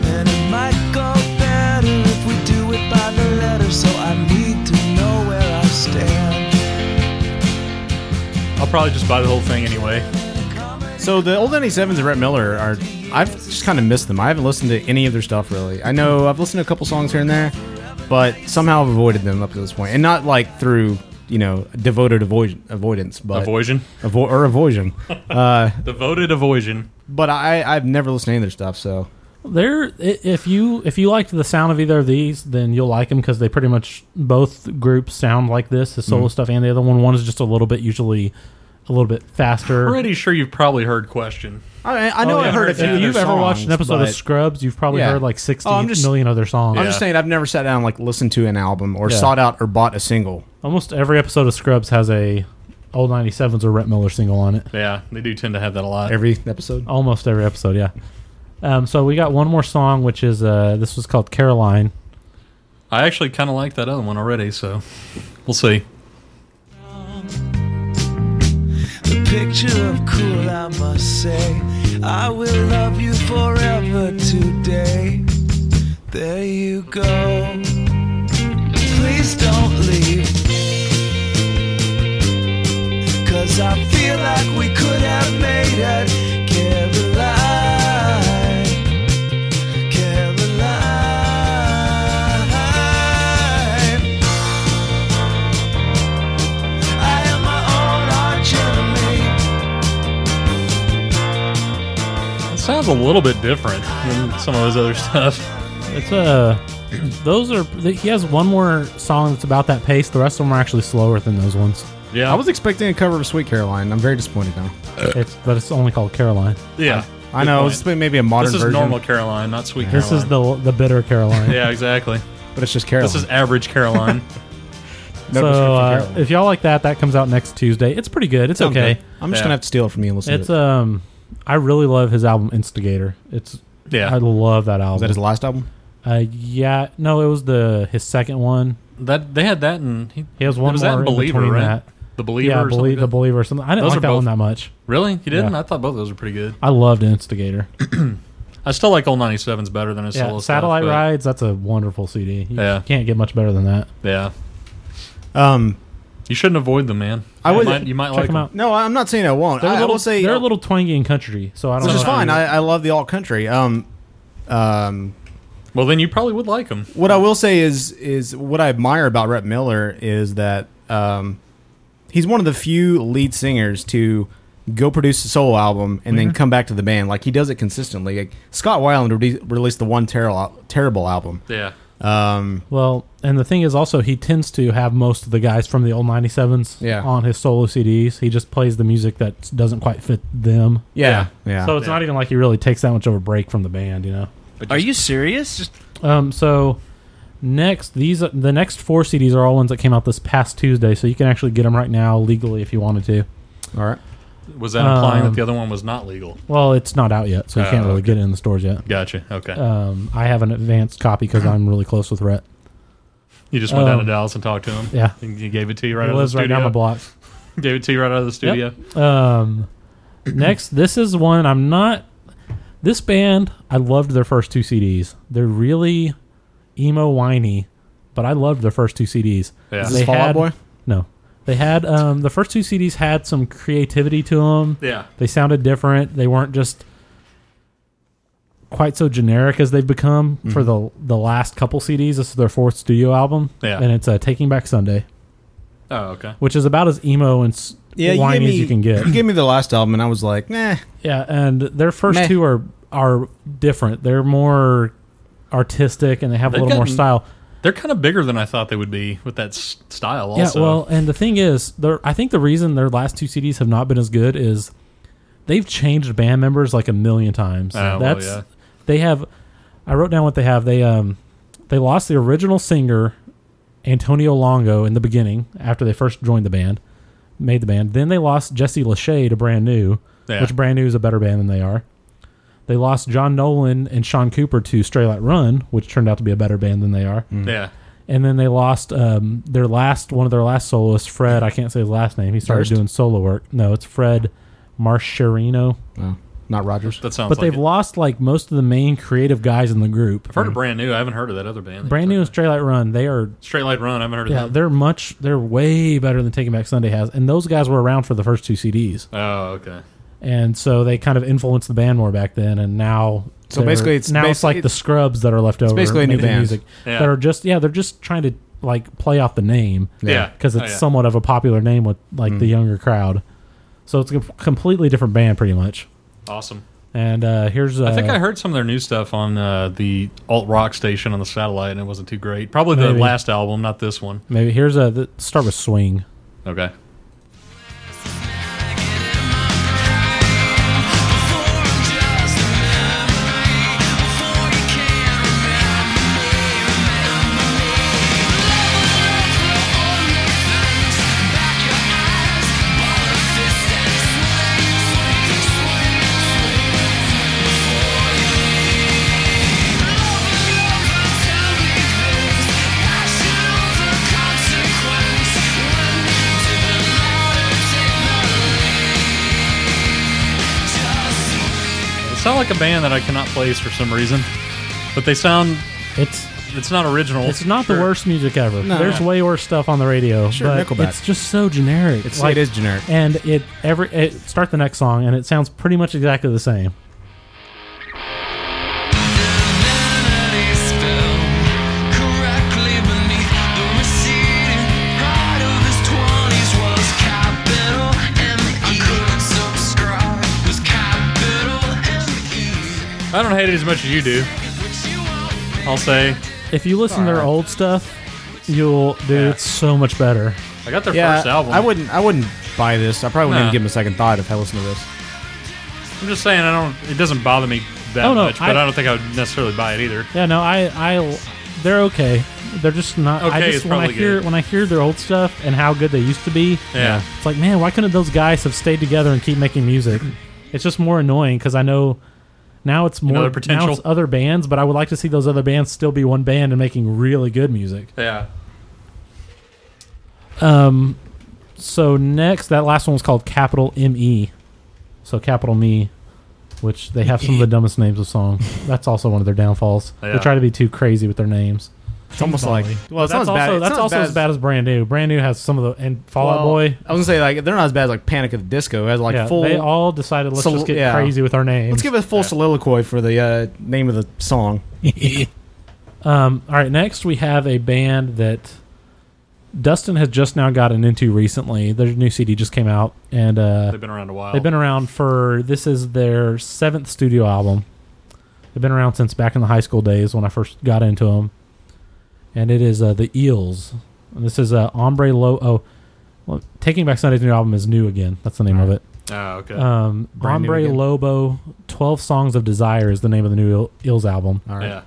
[SPEAKER 11] And it might go better if we do it by the letter. So I need to know where I stand.
[SPEAKER 7] I'll probably just buy the whole thing anyway.
[SPEAKER 6] So the old 97s of Rhett Miller are I've just kind of missed them. I haven't listened to any of their stuff really. I know I've listened to a couple songs here and there, but somehow I've avoided them up to this point, and not like through you know devoted avoid- avoidance, but
[SPEAKER 7] Avoision?
[SPEAKER 6] avo- or avoidance. Uh,
[SPEAKER 7] Devoted avoidance.
[SPEAKER 6] but I I've never listened to any of their stuff, so
[SPEAKER 2] There, i- if you if you liked the sound of either of these, then you'll like them because they pretty much both groups sound like this. The solo
[SPEAKER 7] Mhm.
[SPEAKER 2] stuff and the other one. One is just a little bit usually a little bit faster.
[SPEAKER 7] Pretty sure you've probably heard Question.
[SPEAKER 6] I, I know
[SPEAKER 2] Oh,
[SPEAKER 6] I
[SPEAKER 2] yeah,
[SPEAKER 6] heard a
[SPEAKER 2] if
[SPEAKER 6] few. of
[SPEAKER 2] you've
[SPEAKER 6] their
[SPEAKER 2] ever
[SPEAKER 6] songs,
[SPEAKER 2] watched an episode of
[SPEAKER 6] but- Oh,
[SPEAKER 2] Scrubs, you've probably heard, like, 60
[SPEAKER 6] I'm
[SPEAKER 2] million other songs.
[SPEAKER 6] I'm just
[SPEAKER 2] Yeah.
[SPEAKER 6] saying I've never sat down and, like listened to an album or
[SPEAKER 2] Yeah.
[SPEAKER 6] sought out or bought a single.
[SPEAKER 2] Almost every episode of Scrubs has a old '97s or Rhett Miller single on it.
[SPEAKER 7] Yeah, they do tend to have that a lot.
[SPEAKER 6] Every episode?
[SPEAKER 2] Almost every episode, yeah. Um, so we got one more song, which is uh, this was called Caroline.
[SPEAKER 7] I actually kind of like that other one already, so we'll see.
[SPEAKER 11] The picture of cool, I must say. I will love you forever today. There you go. Please don't leave. Cause I feel like we could have made it. Caroline. Caroline. I am my own arch enemy.
[SPEAKER 7] It sounds a little bit different than some of his other stuff.
[SPEAKER 2] It's uh, those are th- he has one more song that's about that pace. The rest of them are actually slower than those ones.
[SPEAKER 7] Yeah.
[SPEAKER 6] I was expecting a cover of Sweet Caroline. I'm very disappointed now.
[SPEAKER 7] Uh.
[SPEAKER 2] It's but it's only called Caroline.
[SPEAKER 7] Yeah.
[SPEAKER 6] I
[SPEAKER 7] Good
[SPEAKER 6] know.
[SPEAKER 7] point.
[SPEAKER 6] It's been maybe a modern
[SPEAKER 7] This is
[SPEAKER 6] version.
[SPEAKER 7] normal Caroline, not sweet Caroline.
[SPEAKER 2] This is the the bitter Caroline.
[SPEAKER 7] yeah, exactly.
[SPEAKER 6] But it's just Caroline.
[SPEAKER 7] This is average Caroline.
[SPEAKER 2] so uh, if y'all like that, that comes out next Tuesday. It's pretty good. It's
[SPEAKER 6] Sounds
[SPEAKER 2] okay.
[SPEAKER 6] good. I'm just gonna have to steal it from you and listen to
[SPEAKER 2] It's
[SPEAKER 6] it.
[SPEAKER 2] um, I really love his album Instigator. It's
[SPEAKER 7] Yeah.
[SPEAKER 2] I love that album.
[SPEAKER 6] that his last album?
[SPEAKER 2] Uh, yeah, no, it was the his second one.
[SPEAKER 7] that they had that, and he,
[SPEAKER 2] He has one
[SPEAKER 7] was
[SPEAKER 2] more
[SPEAKER 7] that in
[SPEAKER 2] in
[SPEAKER 7] believer,
[SPEAKER 2] between
[SPEAKER 7] right?
[SPEAKER 2] that.
[SPEAKER 7] The believer,
[SPEAKER 2] yeah,
[SPEAKER 7] or
[SPEAKER 2] Belie-
[SPEAKER 7] something like
[SPEAKER 2] the believer. Or something. I didn't
[SPEAKER 7] Those
[SPEAKER 2] like
[SPEAKER 7] are
[SPEAKER 2] that one
[SPEAKER 7] both-
[SPEAKER 2] that much.
[SPEAKER 7] Really, you didn't?
[SPEAKER 2] Yeah.
[SPEAKER 7] I thought both of those were pretty good.
[SPEAKER 2] I loved Instigator.
[SPEAKER 7] I still like old '97s better than his
[SPEAKER 2] yeah,
[SPEAKER 7] solo
[SPEAKER 2] Satellite
[SPEAKER 7] stuff, but-
[SPEAKER 2] Rides. That's a wonderful CD. You
[SPEAKER 7] Yeah.
[SPEAKER 2] can't get much better than that.
[SPEAKER 7] Yeah,
[SPEAKER 6] Um,
[SPEAKER 7] you shouldn't avoid them, man.
[SPEAKER 6] I
[SPEAKER 7] you
[SPEAKER 6] would-
[SPEAKER 7] might, you might
[SPEAKER 2] Check
[SPEAKER 7] like
[SPEAKER 2] 'em
[SPEAKER 7] them.
[SPEAKER 2] out.
[SPEAKER 6] No, I'm not saying I won't.
[SPEAKER 2] They're a
[SPEAKER 6] I, I
[SPEAKER 2] little-
[SPEAKER 6] will say
[SPEAKER 2] they're a little twangy and country, so I don't.
[SPEAKER 6] which
[SPEAKER 2] know
[SPEAKER 6] is
[SPEAKER 2] if I
[SPEAKER 6] fine.
[SPEAKER 2] would-
[SPEAKER 6] I, I love the alt country. Um, um,
[SPEAKER 7] Well, then you probably would like them.
[SPEAKER 6] what I will say is is what I admire about Rhett Miller is that um, he's one of the few lead singers to go produce a solo album
[SPEAKER 7] Mm-hmm.
[SPEAKER 6] and then come back to the band. Like he does it consistently. Like, Scott Weiland re- released the one terrible terrible album.
[SPEAKER 7] Yeah.
[SPEAKER 6] Um,
[SPEAKER 2] Well, and the thing is also he tends to have most of the guys from the old 97s
[SPEAKER 6] Yeah.
[SPEAKER 2] on his solo CDs. He just plays the music that doesn't quite fit them.
[SPEAKER 6] Yeah. Yeah. Yeah.
[SPEAKER 2] So it's not even like he really takes that much of a break from the band, you know.
[SPEAKER 13] Are you serious?
[SPEAKER 2] Um so next these the next four CDs are all ones that came out this past Tuesday, so you can actually get them right now legally if you wanted to.
[SPEAKER 6] All right.
[SPEAKER 7] Was that implying that
[SPEAKER 2] Um,
[SPEAKER 7] the other one was not legal?
[SPEAKER 2] Well, it's not out yet, so you
[SPEAKER 7] Oh,
[SPEAKER 2] can't really
[SPEAKER 7] okay.
[SPEAKER 2] get it in the stores yet.
[SPEAKER 7] Gotcha. Okay.
[SPEAKER 2] Um, I have an advanced copy because
[SPEAKER 7] Uh-huh.
[SPEAKER 2] I'm really close with Rhett.
[SPEAKER 7] You just went down to
[SPEAKER 2] Um,
[SPEAKER 7] Dallas and talked to him.
[SPEAKER 2] yeah.
[SPEAKER 7] and he gave it to you right
[SPEAKER 2] He
[SPEAKER 7] out of
[SPEAKER 2] lives
[SPEAKER 7] the
[SPEAKER 2] right
[SPEAKER 7] studio.
[SPEAKER 2] down the block.
[SPEAKER 7] gave it to you right out of the studio.
[SPEAKER 2] Yep. Um, next, this is one I'm not. This band, I loved their first two CDs. They're really emo whiny, but I loved their first two CDs.
[SPEAKER 7] Yeah. Is
[SPEAKER 2] They
[SPEAKER 7] this Fall Out
[SPEAKER 2] had-
[SPEAKER 7] Boy?
[SPEAKER 2] No, they had um, the first two CDs had some creativity to them.
[SPEAKER 7] Yeah.
[SPEAKER 2] they sounded different. They weren't just quite so generic as they've become for the
[SPEAKER 7] Mm-hmm.
[SPEAKER 2] the last couple CDs. This is their fourth studio album,
[SPEAKER 7] Yeah.
[SPEAKER 2] and it's uh, Taking Back Sunday,
[SPEAKER 7] Oh, okay.
[SPEAKER 2] which is about as emo and s-
[SPEAKER 6] Yeah, you gave
[SPEAKER 2] whiny
[SPEAKER 6] me
[SPEAKER 2] as you can get.
[SPEAKER 6] You gave me the last album, and I was like, nah.
[SPEAKER 2] Yeah, and their first
[SPEAKER 6] Meh.
[SPEAKER 2] two are are different. They're more artistic and they have
[SPEAKER 7] They've
[SPEAKER 2] a little more
[SPEAKER 7] gotten-
[SPEAKER 2] style.
[SPEAKER 7] They're kind of bigger than I thought they would be with that s- style.
[SPEAKER 2] Yeah,
[SPEAKER 7] Also,
[SPEAKER 2] well, and the thing is, they're, I think the reason their last two CDs have not been as good is they've changed band members like a million times.
[SPEAKER 7] Ah, well,
[SPEAKER 2] That's
[SPEAKER 7] yeah.
[SPEAKER 2] they have. I wrote down what they have. They um they lost the original singer Antonio Longo in the beginning after they first joined the band, made the band. Then they lost Jesse Lachey to Brand New,
[SPEAKER 7] Yeah.
[SPEAKER 2] which Brand New is a better band than they are. They lost John Nolan and Sean Cooper to Stray Light Run, which turned out to be a better band than they are.
[SPEAKER 7] Yeah.
[SPEAKER 2] And then they lost um, their last one of their last soloists, Fred. I can't say his last name. He started
[SPEAKER 6] Durst?
[SPEAKER 2] doing solo work. No, it's Fred Marscherino.
[SPEAKER 6] Oh, not Rogers.
[SPEAKER 7] That sounds
[SPEAKER 2] But
[SPEAKER 7] like
[SPEAKER 2] they've lost like most of the main creative guys in the group.
[SPEAKER 7] I've heard of brand new. I haven't heard of that other band.
[SPEAKER 2] Brand new and Stray Light Run. They are
[SPEAKER 7] Straight Light Run. I haven't heard of
[SPEAKER 2] yeah,
[SPEAKER 7] that.
[SPEAKER 2] they're much they're way better than Taking Back Sunday has. And those guys were around for the first two CDs.
[SPEAKER 7] Oh, okay.
[SPEAKER 2] And so they kind of influenced the band more back then and now
[SPEAKER 6] So
[SPEAKER 2] they're-
[SPEAKER 6] basically it's
[SPEAKER 2] now it's
[SPEAKER 6] basi-
[SPEAKER 2] like the scrubs that are left
[SPEAKER 6] it's
[SPEAKER 2] over.
[SPEAKER 6] basically a new
[SPEAKER 2] making
[SPEAKER 6] band.
[SPEAKER 2] music
[SPEAKER 6] Yeah.
[SPEAKER 2] that are just yeah, they're just trying to like play off the name.
[SPEAKER 6] Yeah.
[SPEAKER 2] Because
[SPEAKER 6] Oh,
[SPEAKER 2] it's
[SPEAKER 6] yeah.
[SPEAKER 2] somewhat of a popular name with like the
[SPEAKER 7] Mm.
[SPEAKER 2] younger crowd. So it's a com- completely different band pretty much.
[SPEAKER 7] Awesome.
[SPEAKER 2] And uh here's uh,
[SPEAKER 7] I think I heard some of their new stuff on uh, the alt rock station on the satellite, and it wasn't too great. Probably the
[SPEAKER 2] Maybe.
[SPEAKER 7] last album, not this one.
[SPEAKER 2] maybe here's a th- start with swing.
[SPEAKER 7] Okay. They sound like a band that I cannot place for some reason, but they sound.
[SPEAKER 2] It's
[SPEAKER 7] it's not original.
[SPEAKER 2] It's not
[SPEAKER 7] Sure.
[SPEAKER 2] the worst music ever.
[SPEAKER 7] No.
[SPEAKER 2] There's
[SPEAKER 7] Yeah.
[SPEAKER 2] way worse stuff on the radio.
[SPEAKER 7] Sure,
[SPEAKER 2] but
[SPEAKER 7] Nickelback.
[SPEAKER 2] It's just so generic.
[SPEAKER 6] It's- it is generic.
[SPEAKER 2] And it every it, start the next song and it sounds pretty much exactly the same.
[SPEAKER 7] I don't hate it as much as you do. I'll say.
[SPEAKER 2] If you listen to their old stuff, you'll dude, it's so much better.
[SPEAKER 7] I got their
[SPEAKER 6] yeah,
[SPEAKER 7] first album.
[SPEAKER 6] I wouldn't. I wouldn't buy this. I probably wouldn't
[SPEAKER 7] Nah.
[SPEAKER 6] even give him a second thought if I listened to this.
[SPEAKER 7] I'm just saying, I don't. It doesn't bother me that
[SPEAKER 2] Oh, no,
[SPEAKER 7] much, but
[SPEAKER 2] I-
[SPEAKER 7] I, don't think I would necessarily buy it either.
[SPEAKER 2] Yeah, no, I I they're okay. They're just not.
[SPEAKER 7] Okay
[SPEAKER 2] I
[SPEAKER 7] is
[SPEAKER 2] just when I
[SPEAKER 7] probably
[SPEAKER 2] hear
[SPEAKER 7] good.
[SPEAKER 2] when I hear their old stuff and how good they used to be.
[SPEAKER 7] Yeah.
[SPEAKER 2] it's like man, why couldn't those guys have stayed together and keep making music? It's just more annoying because I know now it's more
[SPEAKER 7] Another
[SPEAKER 2] now
[SPEAKER 7] potential.
[SPEAKER 2] it's other bands, but I would like to see those other bands still be one band and making really good music.
[SPEAKER 7] Yeah.
[SPEAKER 2] Um, so next that last one was called Capital M E, so Capital Me, which they have some of the dumbest names of songs. That's also one of their downfalls.
[SPEAKER 6] Yeah.
[SPEAKER 2] They try to be too crazy with their names.
[SPEAKER 6] It's almost like well,
[SPEAKER 2] Well,
[SPEAKER 6] it sounds
[SPEAKER 2] that's also
[SPEAKER 6] bad. it
[SPEAKER 2] that's
[SPEAKER 6] sounds
[SPEAKER 2] also as bad as Brand New. Brand New has some of the and Fall Out
[SPEAKER 6] well,
[SPEAKER 2] Boy.
[SPEAKER 6] I was gonna say like they're not as bad as like Panic at the Disco. It has like
[SPEAKER 2] Yeah,
[SPEAKER 6] full.
[SPEAKER 2] they all decided let's
[SPEAKER 6] sol-
[SPEAKER 2] just get
[SPEAKER 6] yeah.
[SPEAKER 2] crazy with our names.
[SPEAKER 6] Let's give a full soliloquy for the uh, name of the song.
[SPEAKER 2] Um, all right, next we have a band that Dustin has just now gotten into recently. Their new CD just came out, and uh,
[SPEAKER 7] They've been around a while.
[SPEAKER 2] They've been around for this is their seventh studio album. They've been around since back in the high school days when I first got into them, and it is uh, the Eels. And this is uh, Ombre Low. Oh, well, Taking Back Sunday's new album is new again. That's the name of it.
[SPEAKER 7] Oh, okay.
[SPEAKER 2] Um,
[SPEAKER 7] Brand new
[SPEAKER 2] Ombre
[SPEAKER 7] again.
[SPEAKER 2] Lobo, 12 Songs of Desire is the name of the new Il- Ills album.
[SPEAKER 7] All right.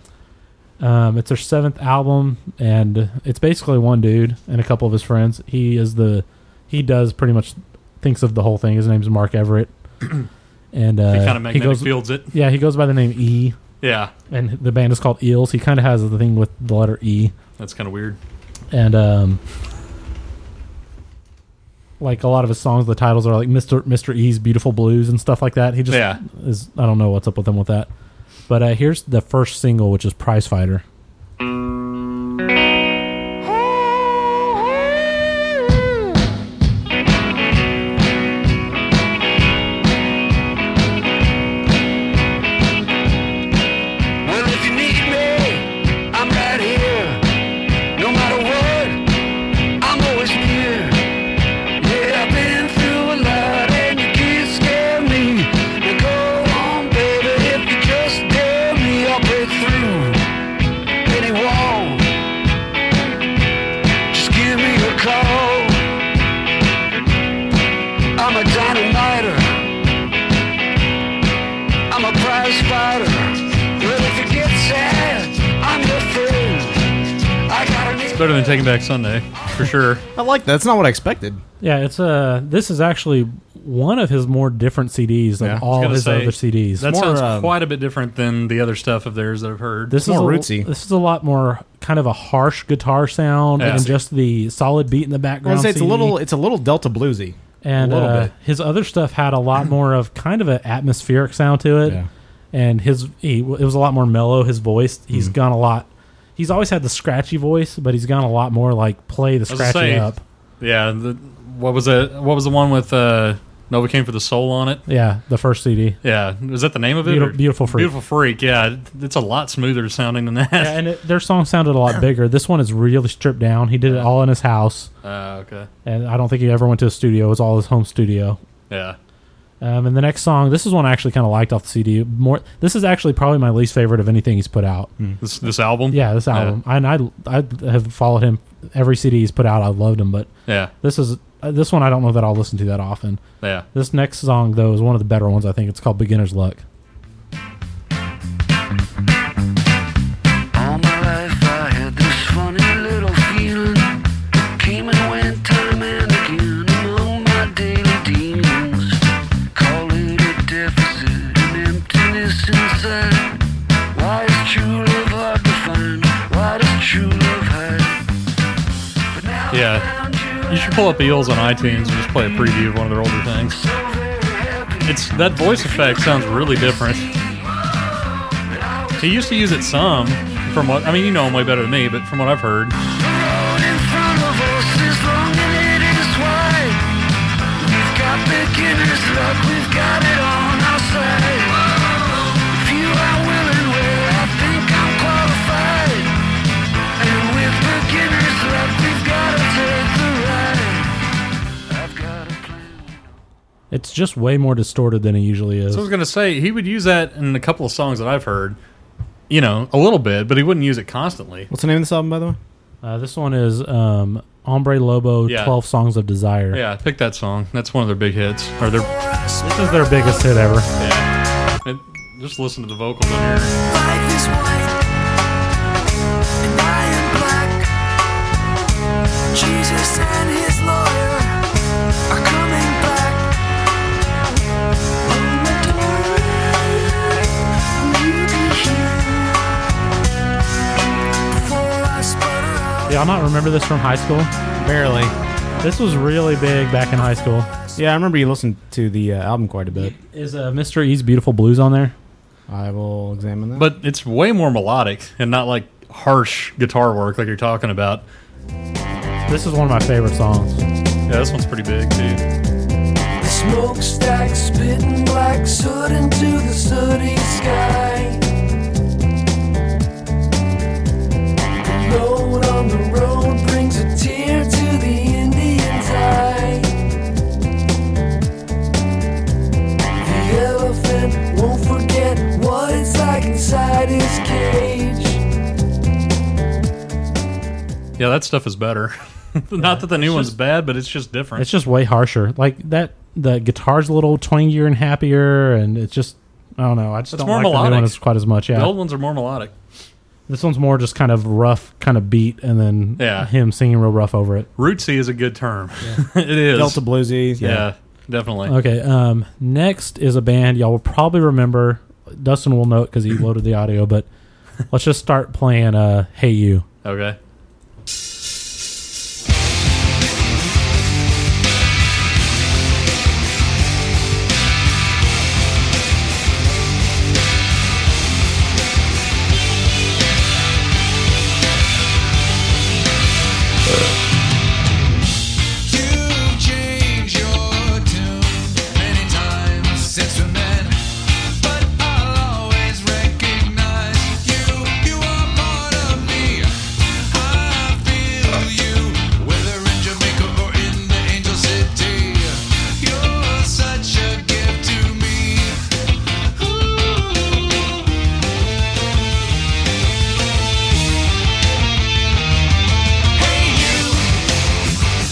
[SPEAKER 2] Um, it's their seventh album, and it's basically one dude and a couple of his friends. He is the, he does pretty much thinks of the whole thing. His name's Mark Everett. And uh,
[SPEAKER 7] kinda magnetic
[SPEAKER 2] goes-
[SPEAKER 7] fields it.
[SPEAKER 2] Yeah, he goes by the name E.
[SPEAKER 7] Yeah.
[SPEAKER 2] And the band is called Eels. He kind of has the thing with the letter E
[SPEAKER 7] That's kind of weird.
[SPEAKER 2] and um, like a lot of his songs, the titles are like Mister Mister E's Beautiful Blues and stuff like that. He just
[SPEAKER 7] Yeah.
[SPEAKER 2] is I don't know what's up with him with that. But uh, here's the first single, which is Prize Fighter.
[SPEAKER 11] Well, if you need me, I'm right here. No matter what, I'm always near. Yeah, I've been through a lot, and you can't scare me. Now go on, baby, if you just dare me, I'll break through.
[SPEAKER 7] better than Taking Back Sunday, for sure.
[SPEAKER 6] I like that. That's not what I expected.
[SPEAKER 2] Yeah, it's uh this is actually one of his more different CDs than
[SPEAKER 7] I was
[SPEAKER 2] all
[SPEAKER 7] gonna
[SPEAKER 2] his
[SPEAKER 7] say,
[SPEAKER 2] other CDs.
[SPEAKER 7] That
[SPEAKER 2] More,
[SPEAKER 7] sounds
[SPEAKER 2] uh,
[SPEAKER 7] quite a bit different than the other stuff of theirs that I've heard.
[SPEAKER 2] this is a, This is a lot more kind of a harsh guitar sound
[SPEAKER 7] Yeah.
[SPEAKER 2] and just the solid beat in the
[SPEAKER 6] I
[SPEAKER 2] background.
[SPEAKER 6] want to say it's a
[SPEAKER 2] CD.
[SPEAKER 6] little it's a little Delta bluesy.
[SPEAKER 2] and
[SPEAKER 6] a little
[SPEAKER 2] uh,
[SPEAKER 6] bit.
[SPEAKER 2] his other stuff had a lot more of kind of an atmospheric sound to it, and his he, it was a lot more mellow. His voice, he's gone a lot. He's always had the scratchy voice, but he's gone a lot more like play the
[SPEAKER 7] I was gonna
[SPEAKER 2] scratchy
[SPEAKER 7] say,
[SPEAKER 2] up.
[SPEAKER 7] Yeah. The, what was it? What was the one with uh, Nova Came for the Soul on it?
[SPEAKER 2] Yeah, the first CD.
[SPEAKER 7] Yeah, was that the name of it?
[SPEAKER 2] Beautiful-
[SPEAKER 7] or-
[SPEAKER 2] Beautiful Freak.
[SPEAKER 7] Beautiful Freak. Yeah, it's a lot smoother sounding than that.
[SPEAKER 2] Yeah, and it, their song sounded a lot bigger. This one is really stripped down. He did it all in his house.
[SPEAKER 7] Ah, okay.
[SPEAKER 2] And I don't think he ever went to a studio. It was all his home studio.
[SPEAKER 7] Yeah.
[SPEAKER 2] Um, and the next song, this is one I actually kind of liked off the CD. More, this is actually probably my least favorite of anything he's put out.
[SPEAKER 7] This this album.
[SPEAKER 2] Yeah, this album. And I, I have followed him every CD he's put out. I loved him, but
[SPEAKER 7] Yeah.
[SPEAKER 2] this is uh, this one I don't know that I'll listen to that often.
[SPEAKER 7] Yeah.
[SPEAKER 2] This next song though is one of the better ones. I think it's called Beginner's Luck.
[SPEAKER 11] All my life I had this funny little feeling that came and went time and again among my daily demons. Call it a deficit, an emptiness inside. Why is true love hard to find? Why does true love hide?
[SPEAKER 7] Yeah. You should pull up Eels on iTunes and just play a preview of one of their older things. It's that voice effect sounds really different. He used to use it some. From what I mean, you know him way better than me, but from what I've heard,
[SPEAKER 11] In front of us is long and it is wide. We've got beginner's luck, we've got it on our side. If you are willing, well, I think I'm qualified. And with beginner's luck, we've got to take the ride.
[SPEAKER 2] It's just way more distorted than it usually is.
[SPEAKER 7] so I was gonna say he would use that in a couple of songs that I've heard. You know, a little bit, but he wouldn't use it constantly.
[SPEAKER 6] What's the name of this album, by the way?
[SPEAKER 2] Uh, this one is um, Hombre Lobo,
[SPEAKER 7] Yeah.
[SPEAKER 2] 12 Songs of Desire.
[SPEAKER 7] Yeah, pick that song. That's one of their big hits. Or their
[SPEAKER 2] This is their biggest hit ever.
[SPEAKER 7] Yeah. And just listen to the vocals on here.
[SPEAKER 11] Life is white, and I am black. Jesus and his lawyer are coming back. Open the door, we'll be here. Before I sputter out.
[SPEAKER 2] Do y'all not remember this from high school?
[SPEAKER 6] Barely.
[SPEAKER 2] This was really big back in high school.
[SPEAKER 6] Yeah, I remember you listened to the uh, album quite a bit.
[SPEAKER 2] Is uh, Mr. E's Beautiful Blues on there?
[SPEAKER 6] I will examine that.
[SPEAKER 7] But it's way more melodic and not like harsh guitar work like you're talking about.
[SPEAKER 2] This is one of my favorite songs.
[SPEAKER 7] Yeah, this one's pretty big too.
[SPEAKER 11] The smokestack spitting black soot into the sooty sky. The road on the road brings a tear to the Indian's eye. The elephant won't forget what it's like inside his cage.
[SPEAKER 7] Yeah, that stuff is better. not that the new one's bad, but it's just different.
[SPEAKER 2] It's just way harsher. Like that, the guitar's a little twangier and happier, and it's just I don't know. I just
[SPEAKER 7] It's
[SPEAKER 2] don't
[SPEAKER 7] more
[SPEAKER 2] like the new
[SPEAKER 7] melodic.
[SPEAKER 2] one as- quite as much. Yeah,
[SPEAKER 7] The old ones are more melodic.
[SPEAKER 2] this one's more just kind of rough, kind of beat, and then
[SPEAKER 7] Yeah.
[SPEAKER 2] him singing real rough over it.
[SPEAKER 7] Rootsy is a good term. it is.
[SPEAKER 6] Delta bluesy, yeah.
[SPEAKER 7] definitely.
[SPEAKER 2] Okay. Um. Next is a band y'all will probably remember. Dustin will note because he loaded the audio, but let's just start playing. Uh, hey you.
[SPEAKER 7] Okay.
[SPEAKER 11] You change your tune many times since we met, but I'll always recognize you. You are part of me. I feel you, whether in Jamaica or in the Angel City. You're such a gift to me.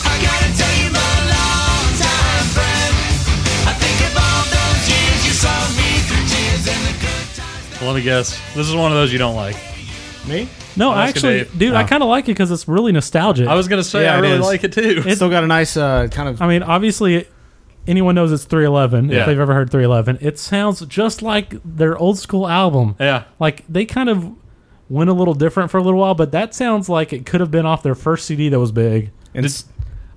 [SPEAKER 11] I gotta tell you, my longtime friend. I think of all those years you saw me through tears and the good.
[SPEAKER 7] Well, let me guess. This is one of those you don't like. Me?
[SPEAKER 2] No,
[SPEAKER 7] Oh, that's good
[SPEAKER 2] actually,
[SPEAKER 7] to-
[SPEAKER 2] dude, I
[SPEAKER 7] Oh.
[SPEAKER 2] kind of like it because it's really nostalgic.
[SPEAKER 7] I was gonna say I really like it too.
[SPEAKER 6] It's still got a nice uh, kind of.
[SPEAKER 7] Um,
[SPEAKER 2] I mean, obviously, it- anyone knows it's 311
[SPEAKER 7] Yeah.
[SPEAKER 2] if they've ever heard 311. It sounds just like their old school album.
[SPEAKER 7] Yeah.
[SPEAKER 2] Like they kind of went a little different for a little while, but that sounds like it could have been off their first CD that was big.
[SPEAKER 7] It's,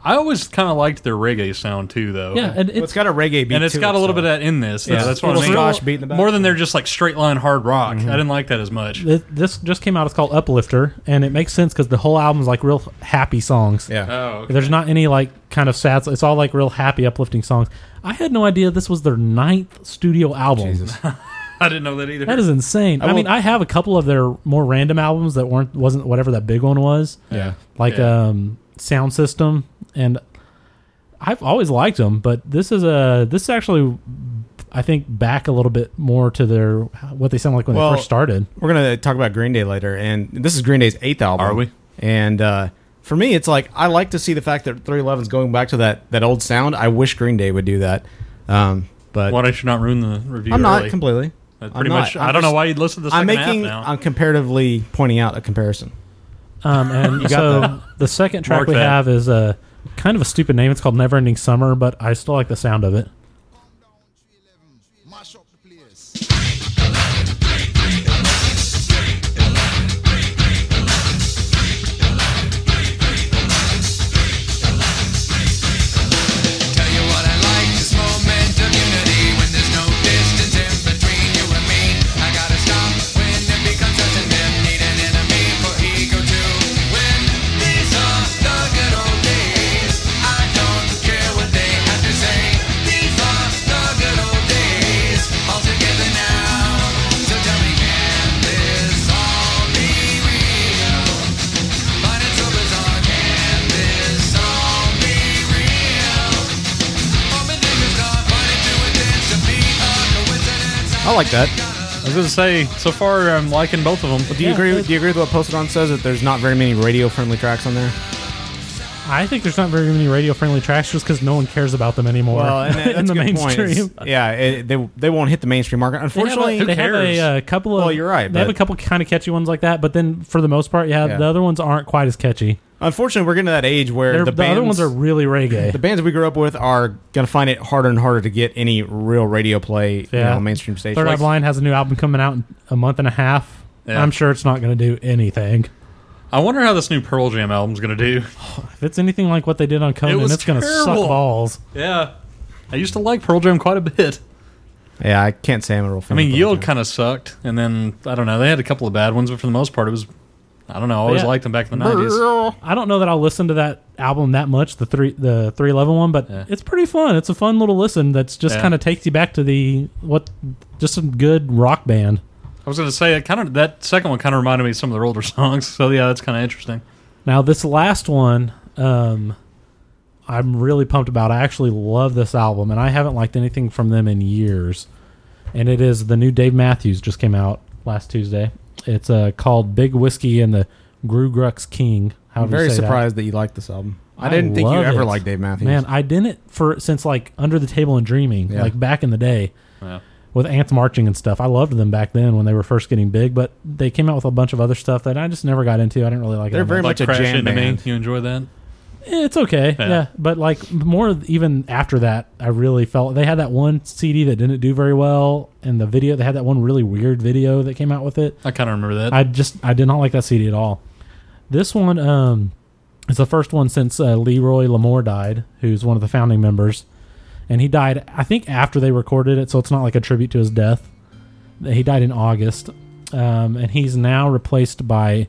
[SPEAKER 7] I always kind of liked their reggae sound too, though.
[SPEAKER 2] Yeah, and Well, it's got a reggae beat
[SPEAKER 7] and it's
[SPEAKER 2] to
[SPEAKER 7] got a
[SPEAKER 2] it,
[SPEAKER 7] little
[SPEAKER 2] so-
[SPEAKER 7] bit of that in this. Though.
[SPEAKER 2] Yeah.
[SPEAKER 7] that's what I
[SPEAKER 2] Little
[SPEAKER 7] mean.
[SPEAKER 2] Scotch beat in the back. Mm-hmm.
[SPEAKER 7] More than they're just like straight line hard rock. I didn't like that as much.
[SPEAKER 2] Th- This just came out. It's called Uplifter, and it makes sense because the whole album's like real happy songs.
[SPEAKER 7] Yeah. Oh, okay.
[SPEAKER 2] There's not any like kind of sad. It's all like real happy, uplifting songs. I had no idea this was their ninth studio album.
[SPEAKER 7] I didn't know that either.
[SPEAKER 2] That is insane. I,
[SPEAKER 7] will-
[SPEAKER 2] mean, I have a couple of their more random albums that weren't wasn't whatever that big one was.
[SPEAKER 7] Yeah.
[SPEAKER 2] like
[SPEAKER 7] Yeah.
[SPEAKER 2] um, Sound System, and I've always liked them. But this is a this is actually, I think, back a little bit more to their what they sound like when
[SPEAKER 6] Well,
[SPEAKER 2] they first started.
[SPEAKER 6] We're gonna talk about Green Day later, and this is Green Day's eighth album.
[SPEAKER 2] Are we?
[SPEAKER 6] And uh, for me, it's like I like to see the fact that 311's going back to that that old sound. I wish Green Day would do that, um, but
[SPEAKER 7] Why I should not ruin the review.
[SPEAKER 6] I'm not
[SPEAKER 7] early.
[SPEAKER 6] completely.
[SPEAKER 7] That's
[SPEAKER 6] I'm
[SPEAKER 7] Uh, pretty
[SPEAKER 6] not.
[SPEAKER 7] much.
[SPEAKER 6] I'm
[SPEAKER 7] I don't know
[SPEAKER 6] just-
[SPEAKER 7] why you'd listen to the
[SPEAKER 6] I'm
[SPEAKER 7] second
[SPEAKER 6] making.
[SPEAKER 7] half now.
[SPEAKER 6] I'm comparatively pointing out a comparison.
[SPEAKER 2] Um, and
[SPEAKER 6] You got
[SPEAKER 2] so
[SPEAKER 6] that.
[SPEAKER 2] the second track
[SPEAKER 6] Mark
[SPEAKER 2] we
[SPEAKER 6] that.
[SPEAKER 2] have is a kind of a stupid name. It's called Never Ending Summer, but I still like the sound of it.
[SPEAKER 11] Tell you what I like this moment of unity when there's no distance in between you and me. I gotta stop when it becomes us and them need an enemy for ego too. When these are the good old days, I don't care what they have to say. These are the good old days, all together now. So tell me, can this all be real? But it's so bizarre, can this all be real?
[SPEAKER 6] I like that.
[SPEAKER 7] I was gonna say, so far I'm liking both of them.
[SPEAKER 6] do you agree? With, do you agree with what Posted On says that there's not very many radio-friendly tracks on there?
[SPEAKER 2] I think there's not very many radio friendly tracks just because no one cares about them anymore
[SPEAKER 6] Well, and that-
[SPEAKER 2] in
[SPEAKER 6] that's
[SPEAKER 2] the
[SPEAKER 6] a good point.
[SPEAKER 2] mainstream.
[SPEAKER 6] It's- Yeah, it, they they won't hit the mainstream market. Unfortunately,
[SPEAKER 2] they have a, they have a, uh, couple of.
[SPEAKER 6] Well, you're right.
[SPEAKER 2] They have a
[SPEAKER 6] but-
[SPEAKER 2] couple kind of catchy ones like that, but then for the most part, yeah,
[SPEAKER 6] Yeah.
[SPEAKER 2] the other ones aren't quite as catchy.
[SPEAKER 6] Unfortunately, we're getting to that age
[SPEAKER 2] They're-
[SPEAKER 6] where the,
[SPEAKER 2] the other
[SPEAKER 6] bands-
[SPEAKER 2] ones are really reggae.
[SPEAKER 6] The bands we grew up with are gonna find it harder and harder to get any real radio play you know, mainstream stations.
[SPEAKER 2] Third Eye Blind has a new album coming out in a month and a half.
[SPEAKER 7] Yeah.
[SPEAKER 2] I'm sure it's not going to do anything.
[SPEAKER 7] I wonder how this new Pearl Jam album's gonna do.
[SPEAKER 2] If it's anything like what they did on
[SPEAKER 7] it
[SPEAKER 2] Conan,
[SPEAKER 7] was
[SPEAKER 2] it's going to suck
[SPEAKER 7] terrible.
[SPEAKER 2] balls.
[SPEAKER 7] Yeah, I used to like Pearl Jam quite a bit.
[SPEAKER 6] yeah, I can't say I'm a real
[SPEAKER 7] I
[SPEAKER 6] fan.
[SPEAKER 7] mean, Yield kind of sucked, and then I don't know. They had a couple of bad ones, but for the most part, it was. I don't know. I always
[SPEAKER 2] Yeah.
[SPEAKER 7] liked them back in the nineties.
[SPEAKER 2] I don't know that I'll listen to that album that much, the three the three eleven one, but it's pretty fun. It's a fun little listen that's just
[SPEAKER 7] Yeah.
[SPEAKER 2] kind of takes you back to the what just some good rock band.
[SPEAKER 7] I was gonna say it kind of that second one kind of reminded me of some of their older songs. So yeah, that's kind of interesting.
[SPEAKER 2] Now this last one, um, I'm really pumped about. I actually love this album, and I haven't liked anything from them in years. And it is the new Dave Matthews just came out last Tuesday. It's uh, called Big Whiskey and the Gru Grux King.
[SPEAKER 6] I'm
[SPEAKER 2] However you
[SPEAKER 6] very
[SPEAKER 2] say that.
[SPEAKER 6] surprised that. you liked this album. I, didn't think you
[SPEAKER 2] love
[SPEAKER 6] ever
[SPEAKER 2] it.
[SPEAKER 6] liked Dave Matthews.
[SPEAKER 2] Man, I didn't for since like Under the Table and Dreaming,
[SPEAKER 6] Yeah.
[SPEAKER 2] like back in the day.
[SPEAKER 7] Yeah.
[SPEAKER 2] With Ants Marching and stuff. I loved them back then when they were first getting big, but they came out with a bunch of other stuff that I just never got into. I didn't really like it.
[SPEAKER 6] They're
[SPEAKER 2] that
[SPEAKER 6] very
[SPEAKER 2] much.
[SPEAKER 6] much a
[SPEAKER 7] Crash
[SPEAKER 6] jam
[SPEAKER 7] into me.
[SPEAKER 6] band.
[SPEAKER 7] You enjoy that?
[SPEAKER 2] Eh, It's okay. Yeah.
[SPEAKER 7] Yeah.
[SPEAKER 2] But like more even after that, I really felt they had that one CD that didn't do very well and the video they had that one really weird video that came out with it.
[SPEAKER 7] I kind of remember that.
[SPEAKER 2] I just I did not like that CD at all. This one um is the first one since uh, Leroy Lamore died, who's one of the founding members, and he died I think after they recorded it, so it's not like a tribute to his death. He died in August, um, and he's now replaced by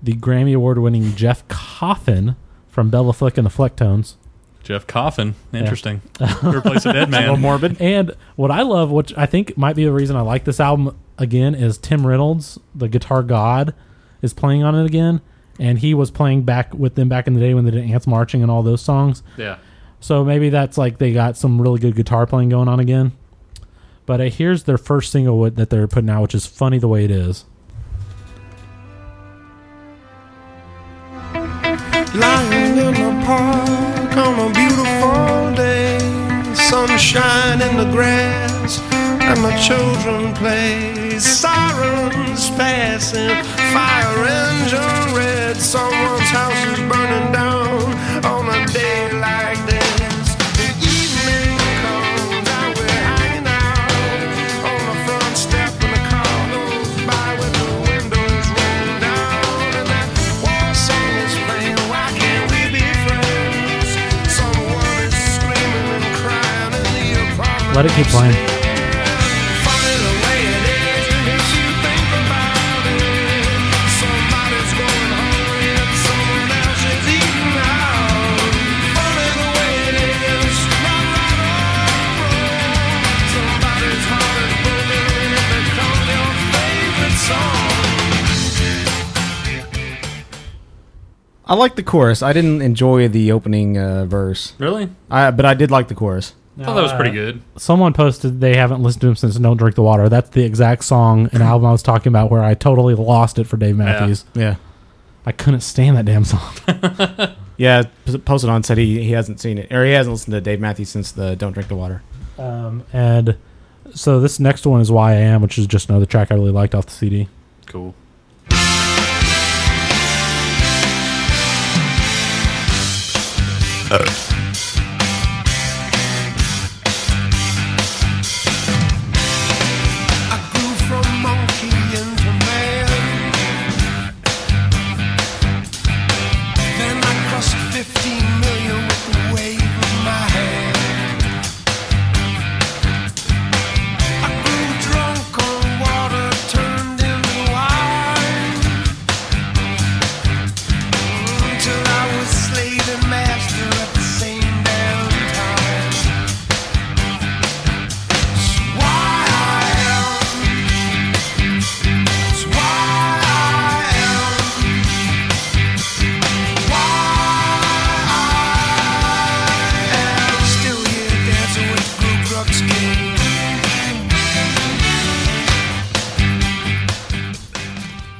[SPEAKER 2] the Grammy award-winning Jeff Coffin from Bella Flick and the Flecktones.
[SPEAKER 7] Jeff Coffin.
[SPEAKER 2] Yeah.
[SPEAKER 7] Interesting. Replace a dead man.
[SPEAKER 2] And what I love, which I think might be the reason I like this album again, is Tim Reynolds, the guitar god, is playing on it again. And he was playing back with them back in the day when they did Ants Marching and all those songs.
[SPEAKER 7] Yeah.
[SPEAKER 2] So maybe that's like they got some really good guitar playing going on again. But uh, here's their first single wi- that they're putting out, which is Funny the Way It Is.
[SPEAKER 11] Lying in the park on a beautiful day, sunshine in the grass,
[SPEAKER 6] and the children play. Sirens passing, fire engine red. Someone's house is burning down on a day like this. The evening comes and we're hanging out on the front step, and the car goes by with the windows rolled down. And that war song is playing. Why can't we be friends? Someone is screaming and crying in the apartment.
[SPEAKER 2] Let it keep playing.
[SPEAKER 4] I like the chorus. I didn't enjoy the opening uh, verse.
[SPEAKER 7] Really?
[SPEAKER 4] I, but I did like the chorus.
[SPEAKER 7] I thought that was pretty good.
[SPEAKER 2] Someone posted they haven't listened to him since Don't Drink the Water. That's the exact song and album I was talking about where I totally lost it for Dave Matthews.
[SPEAKER 4] Yeah.
[SPEAKER 2] I couldn't stand that damn song.
[SPEAKER 4] Yeah, p- posted on said he, he hasn't seen it or he hasn't listened to Dave Matthews since the Don't Drink the Water.
[SPEAKER 2] Um, and so this next one is Why I Am, which is just another track I really liked off the CD.
[SPEAKER 7] Cool.
[SPEAKER 6] I grew from monkey into man. Then I crossed 15 million with the wave of my hand. I grew drunk on water, turned into wine. Until I was slave and master at the same damn time. So why I am? So why I am? Still here dancing with Group Rocks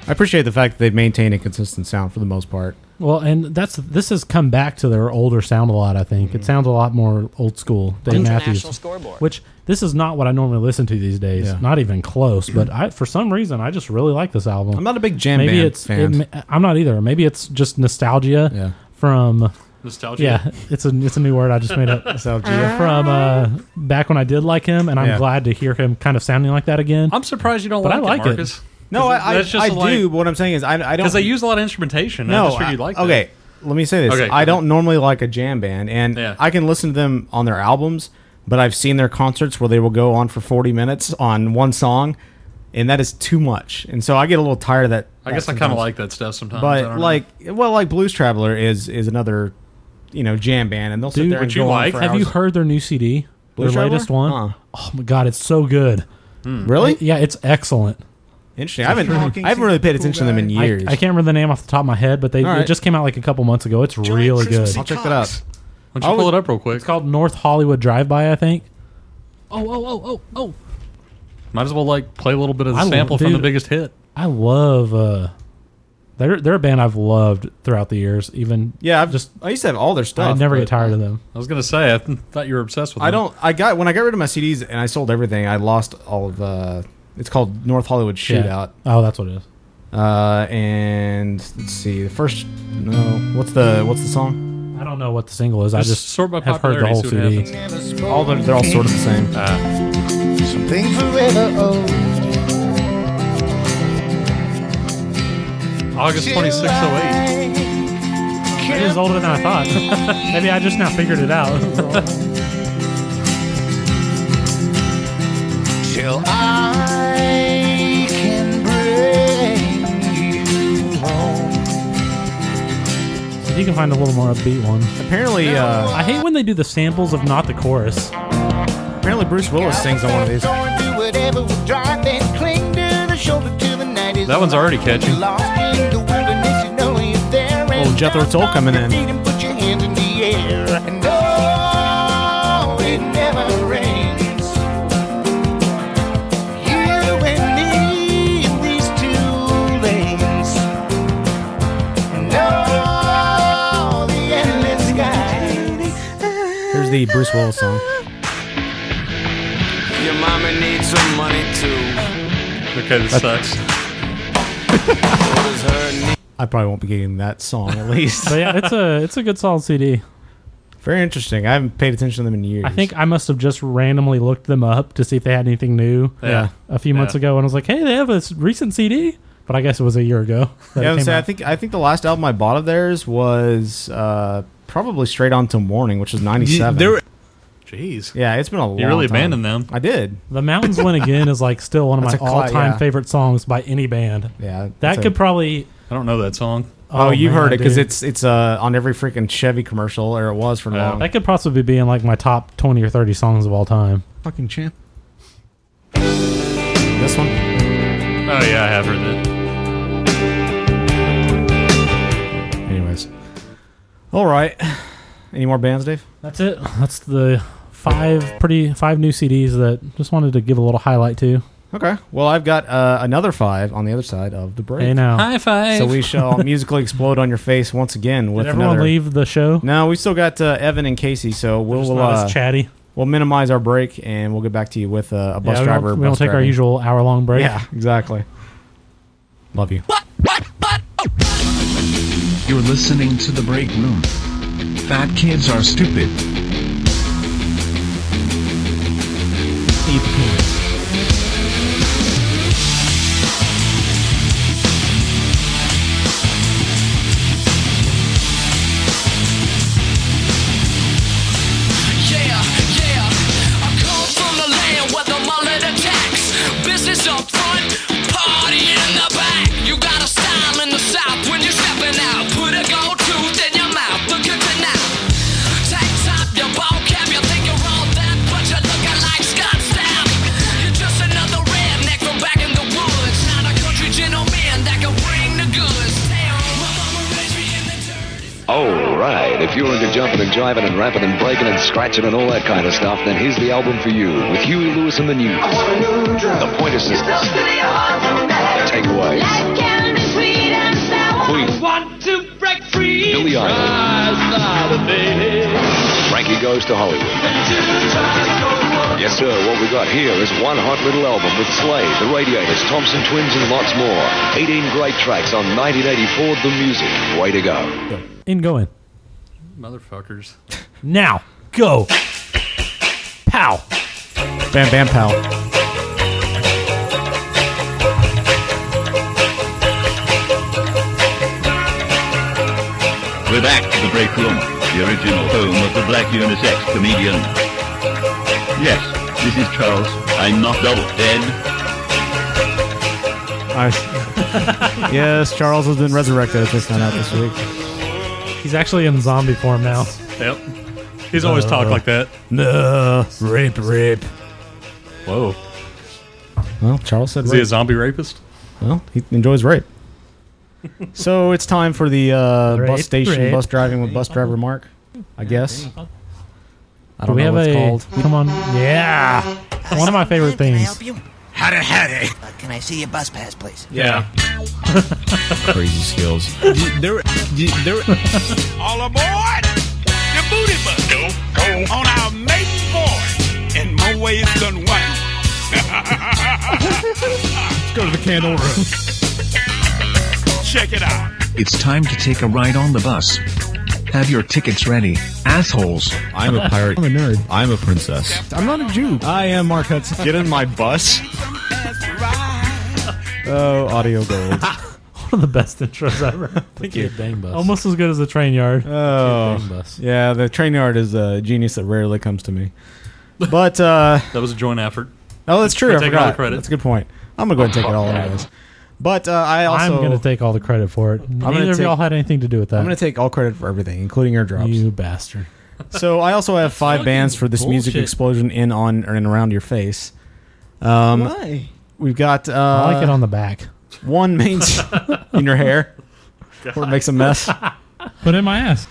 [SPEAKER 4] I appreciate the fact that they've maintained a consistent sound for the most part.
[SPEAKER 2] Well, and that's this has come back to their older sound a lot. I think
[SPEAKER 4] Mm-hmm.
[SPEAKER 2] it sounds a lot more old school. Dave
[SPEAKER 14] International
[SPEAKER 2] Matthews,
[SPEAKER 14] scoreboard.
[SPEAKER 2] which this is not what I normally listen to these days.
[SPEAKER 4] Yeah.
[SPEAKER 2] Not even close. But I, for some reason, I just really like this album. I'm
[SPEAKER 4] not a big jam
[SPEAKER 2] Maybe
[SPEAKER 4] band
[SPEAKER 2] it's it
[SPEAKER 4] fan.
[SPEAKER 2] ma- I'm not either. Maybe it's just nostalgia from
[SPEAKER 7] Nostalgia?
[SPEAKER 2] Yeah, it's a it's a new word I just made up.
[SPEAKER 7] Nostalgia.
[SPEAKER 2] from uh, back when I did like him, and I'm
[SPEAKER 7] Yeah.
[SPEAKER 2] glad to hear him kind of sounding like that again.
[SPEAKER 7] I'm surprised you don't
[SPEAKER 2] But I
[SPEAKER 7] like,
[SPEAKER 2] like
[SPEAKER 7] it,
[SPEAKER 2] it.
[SPEAKER 7] Marcus.
[SPEAKER 4] No, I, I, I do. But what I'm saying is, I, I don't.
[SPEAKER 7] Because they use a lot of instrumentation. I just figured you'd
[SPEAKER 4] I-
[SPEAKER 7] like
[SPEAKER 4] okay. Let me say this.
[SPEAKER 7] Okay, go
[SPEAKER 4] I
[SPEAKER 7] ahead.
[SPEAKER 4] don't normally like a jam band, and I can listen to them on their albums, but I've seen their concerts where they will go on for 40 minutes on one song, and that is too much. And so I get a little tired of that.
[SPEAKER 7] I guess
[SPEAKER 4] that
[SPEAKER 7] I kinda
[SPEAKER 4] sometimes.
[SPEAKER 7] like that stuff sometimes. I don't
[SPEAKER 4] But
[SPEAKER 7] know.
[SPEAKER 4] like, well, like Blues Traveler is is another, you know, jam band, and they'll sit
[SPEAKER 2] Dude,
[SPEAKER 4] there and go on for
[SPEAKER 2] Have
[SPEAKER 4] hours.
[SPEAKER 2] you heard their new CD?
[SPEAKER 4] Blue
[SPEAKER 2] their
[SPEAKER 4] Traveler?
[SPEAKER 2] latest one? Oh my god, it's so good.
[SPEAKER 4] Hmm. Really?
[SPEAKER 2] It- yeah, it's excellent.
[SPEAKER 4] Interesting. I haven't I haven't really paid attention to them in
[SPEAKER 2] I-
[SPEAKER 4] years.
[SPEAKER 2] I, can't remember the name off the top of my head, but they
[SPEAKER 4] All right.
[SPEAKER 2] it just came out like a couple months ago. It's really good.
[SPEAKER 4] I'll check that out.
[SPEAKER 7] Why don't you pull it up real quick?
[SPEAKER 2] It's called North Hollywood Drive By, I think.
[SPEAKER 7] Oh, oh, oh, oh, oh. Might as well like play a little bit of the
[SPEAKER 2] I lo-
[SPEAKER 7] sample from the
[SPEAKER 2] dude,
[SPEAKER 7] biggest hit.
[SPEAKER 2] I love uh they're they're a band I've loved throughout the years, even
[SPEAKER 4] Yeah, I've just I used to have all their stuff.
[SPEAKER 2] I never
[SPEAKER 4] but-
[SPEAKER 2] get tired of them.
[SPEAKER 7] I was gonna say I th- thought you were obsessed with.
[SPEAKER 4] I
[SPEAKER 7] them.
[SPEAKER 4] don't. I got when I got rid of my CDs and I sold everything. I lost all of. Uh, it's called North Hollywood
[SPEAKER 2] Yeah.
[SPEAKER 4] Shootout.
[SPEAKER 2] Oh, that's what it is.
[SPEAKER 4] Uh, and let's see. The first. No. What's the What's the song?
[SPEAKER 2] I don't know what the single is. I
[SPEAKER 4] Just
[SPEAKER 2] just
[SPEAKER 4] sort by
[SPEAKER 2] have heard the whole
[SPEAKER 4] popularity,
[SPEAKER 2] CD.
[SPEAKER 4] see All the, they're all sort of the same.
[SPEAKER 7] Ah.
[SPEAKER 6] Something forever old.
[SPEAKER 7] August 2608.
[SPEAKER 2] It is older than I thought. Maybe I just now figured it out.
[SPEAKER 6] Till I can bring you home.
[SPEAKER 2] if you can find a little more upbeat one.
[SPEAKER 4] Apparently, uh,
[SPEAKER 2] I hate when they do the samples of not the chorus.
[SPEAKER 4] Apparently, Bruce Willis sings on one of these.
[SPEAKER 6] Going through whatever we drive and cling to the shoulder till the night is
[SPEAKER 7] That one's already catchy.
[SPEAKER 6] Lost in the wilderness, you know you're there and
[SPEAKER 4] Oh, Jethro Tull coming
[SPEAKER 6] feet
[SPEAKER 4] in.
[SPEAKER 6] and put your hands in the air. And oh, it never rains. You and me in these two lanes. And oh, the endless sky.
[SPEAKER 4] Here's the Bruce Willis song.
[SPEAKER 15] your mama needs some money too.
[SPEAKER 7] Okay, this
[SPEAKER 6] That's-
[SPEAKER 7] sucks.
[SPEAKER 15] What is her need?
[SPEAKER 6] I probably won't be getting that song at least.
[SPEAKER 2] but yeah, it's a it's a good solid CD.
[SPEAKER 6] Very interesting. I haven't paid attention to them in years.
[SPEAKER 2] I think I must have just randomly looked them up to see if they had anything new.
[SPEAKER 6] Yeah.
[SPEAKER 2] A few months
[SPEAKER 6] Yeah.
[SPEAKER 2] ago, and I was like, hey, they have a s- recent CD, but I guess it was a year ago. that
[SPEAKER 6] Yeah, I,
[SPEAKER 2] it
[SPEAKER 6] would
[SPEAKER 2] came
[SPEAKER 6] say, I
[SPEAKER 2] out.
[SPEAKER 6] think I think the last album I bought of theirs was uh, probably Straight On Till Morning, which was '97.
[SPEAKER 7] there were- Jeez.
[SPEAKER 6] Yeah, it's been a long.
[SPEAKER 7] You really
[SPEAKER 6] time.
[SPEAKER 7] abandoned them.
[SPEAKER 6] I did.
[SPEAKER 2] The Mountains Went Again is like still one of my
[SPEAKER 6] That's a cla-
[SPEAKER 2] all time
[SPEAKER 6] yeah.
[SPEAKER 2] favorite songs by any band.
[SPEAKER 6] Yeah, that's
[SPEAKER 2] that
[SPEAKER 6] a-
[SPEAKER 2] could probably.
[SPEAKER 7] I don't know that song.
[SPEAKER 6] Oh,
[SPEAKER 2] Oh,
[SPEAKER 6] you've
[SPEAKER 2] man,
[SPEAKER 6] heard it because
[SPEAKER 2] dude.
[SPEAKER 6] it's it's uh, on every freaking Chevy commercial, or it was for long.
[SPEAKER 2] That could possibly be in like my top twenty or thirty songs of all time.
[SPEAKER 6] Fucking champ. This one.
[SPEAKER 7] Oh yeah, I have heard that.
[SPEAKER 6] Anyways, all right. Any more bands, Dave?
[SPEAKER 2] That's it. That's the five pretty five new CDs that just wanted to give a little highlight to.
[SPEAKER 6] Okay. Well, I've got uh, another five on the other side of the break.
[SPEAKER 2] Hey, now. High
[SPEAKER 7] five.
[SPEAKER 6] So we shall musically explode on your face once again with
[SPEAKER 2] Did everyone
[SPEAKER 6] another.
[SPEAKER 2] leave the show?
[SPEAKER 6] No, we still got uh, Evan and Casey, so we'll
[SPEAKER 2] just
[SPEAKER 6] we'll,
[SPEAKER 2] not as
[SPEAKER 6] uh,
[SPEAKER 2] chatty.
[SPEAKER 6] We'll minimize our break and we'll get back to you with uh, a bus
[SPEAKER 2] yeah, we
[SPEAKER 6] driver.
[SPEAKER 2] don't, we
[SPEAKER 6] bus
[SPEAKER 2] don't take our
[SPEAKER 6] driving.
[SPEAKER 2] usual hour long break.
[SPEAKER 6] Yeah, exactly. Love you.
[SPEAKER 16] You're listening to The Break Room. Fat kids are stupid.
[SPEAKER 11] Yeah, yeah. I come from the land where the mullet attacks. Business up front, party in the back. You got a style in the south when you're stepping out. Put a gold tooth in your mouth. Look at it now. Tank top, your ball cap. You think you're all that, but you're looking like Scott Stapp. You're just another redneck from back in the woods. Not a country gentleman that can bring the goods.
[SPEAKER 17] All right, if you're into jumping and jiving and rapping and breaking and scratching and all that kind of stuff, then here's the album for you with Huey Lewis and the News. The Pointer Sisters. Takeaways. Queen.
[SPEAKER 11] Want to break free?
[SPEAKER 17] Billy Idol. Frankie Goes to Hollywood. Yes, sir, what we got here is one hot little album with Slade, The Radiators, Thompson Twins, and lots more. 18 great tracks on 1984 The Music. Way to go.
[SPEAKER 2] In going.
[SPEAKER 7] Motherfuckers.
[SPEAKER 2] Now, go. Pow.
[SPEAKER 6] Bam Bam Pal.
[SPEAKER 18] We're back to the break room, the original home of the black unisex comedian. Yes, this is Charles. I'm not double dead.
[SPEAKER 6] I- yes, Charles has been resurrected at this time out this week.
[SPEAKER 2] He's actually in zombie form now.
[SPEAKER 7] Yep. He's always talked like that.
[SPEAKER 6] No, rape, rape.
[SPEAKER 7] Whoa.
[SPEAKER 6] Well, Charles said
[SPEAKER 7] Is he
[SPEAKER 6] rape.
[SPEAKER 7] a zombie rapist?
[SPEAKER 6] Well, he enjoys rape. so it's time for the uh,
[SPEAKER 7] Rape,
[SPEAKER 6] bus station,
[SPEAKER 7] rape.
[SPEAKER 6] bus driving with bus driver Mark, I guess. I
[SPEAKER 2] Do
[SPEAKER 6] don't
[SPEAKER 2] we
[SPEAKER 6] know
[SPEAKER 2] have
[SPEAKER 6] what
[SPEAKER 2] a,
[SPEAKER 6] it's called.
[SPEAKER 2] Come on. Yeah. One of my favorite things.
[SPEAKER 19] you?
[SPEAKER 20] Howdy, howdy.
[SPEAKER 19] Uh, can I see your bus pass, please?
[SPEAKER 20] Yeah.
[SPEAKER 21] Crazy skills.
[SPEAKER 20] there, there. All aboard the booty bus. Go, go. On our maiden voyage in more ways than one. Let's
[SPEAKER 6] go to the candle room.
[SPEAKER 20] Check it out.
[SPEAKER 16] It's time to take a ride on the bus. Have your tickets ready, assholes.
[SPEAKER 22] I'm a pirate. I'm a nerd. I'm a princess.
[SPEAKER 6] I'm not a Jew. I am Mark Hudson.
[SPEAKER 22] Get in my bus.
[SPEAKER 6] Oh, audio gold.
[SPEAKER 2] One of the best intros ever.
[SPEAKER 6] Thank you. Dang bus.
[SPEAKER 2] Almost as good as the train yard. Dang
[SPEAKER 6] Oh,
[SPEAKER 2] bus.
[SPEAKER 6] yeah. The train yard is a genius that rarely comes to me. But uh,
[SPEAKER 7] That was a joint effort.
[SPEAKER 6] oh, that's true.
[SPEAKER 7] We
[SPEAKER 6] I
[SPEAKER 7] take all the
[SPEAKER 6] forgot.
[SPEAKER 7] credit. Oh,
[SPEAKER 6] That's a good point. I'm gonna go ahead and take it all anyways. But uh, I also
[SPEAKER 2] I'm going to take all the credit for it.
[SPEAKER 6] gonna
[SPEAKER 2] Neither of
[SPEAKER 6] take-
[SPEAKER 2] y'all had anything to do with that.
[SPEAKER 6] I'm gonna take all credit for everything, including airdrops.
[SPEAKER 2] You bastard.
[SPEAKER 6] So I also have five bands for this music
[SPEAKER 2] bullshit.
[SPEAKER 6] explosion in on and around your face. Um,
[SPEAKER 2] Why?
[SPEAKER 6] We've got. Uh,
[SPEAKER 2] I like it on the back.
[SPEAKER 6] One main s- in your hair, where it makes a mess.
[SPEAKER 2] Put in my ass.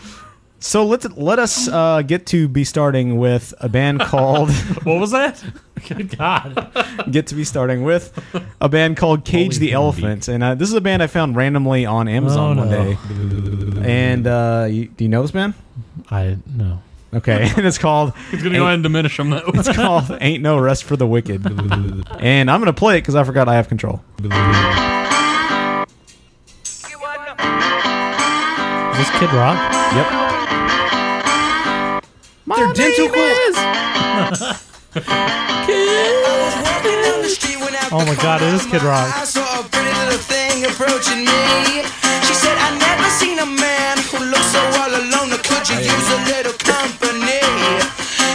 [SPEAKER 6] So let's let us uh, get to be starting with a band called.
[SPEAKER 2] what was that? Good God.
[SPEAKER 6] get to be starting with a band called Cage the Elephant, and uh, this is a band I found randomly on Amazon
[SPEAKER 2] Oh,
[SPEAKER 6] one
[SPEAKER 2] no.
[SPEAKER 6] day. And uh, you, do you know this band?
[SPEAKER 2] I no.
[SPEAKER 6] Okay, and it's called.
[SPEAKER 7] It's gonna go ahead and diminish them. Though.
[SPEAKER 6] It's called "Ain't No Rest for the Wicked," and I'm gonna play it because I forgot I have control.
[SPEAKER 2] Is this Kid Rock?
[SPEAKER 6] Yep.
[SPEAKER 2] They're dental quills. Oh my God, it is Kid Rock.
[SPEAKER 11] I saw a pretty little thing approaching me. She said, I never seen a man who looks so all alone. Or could you use a little company?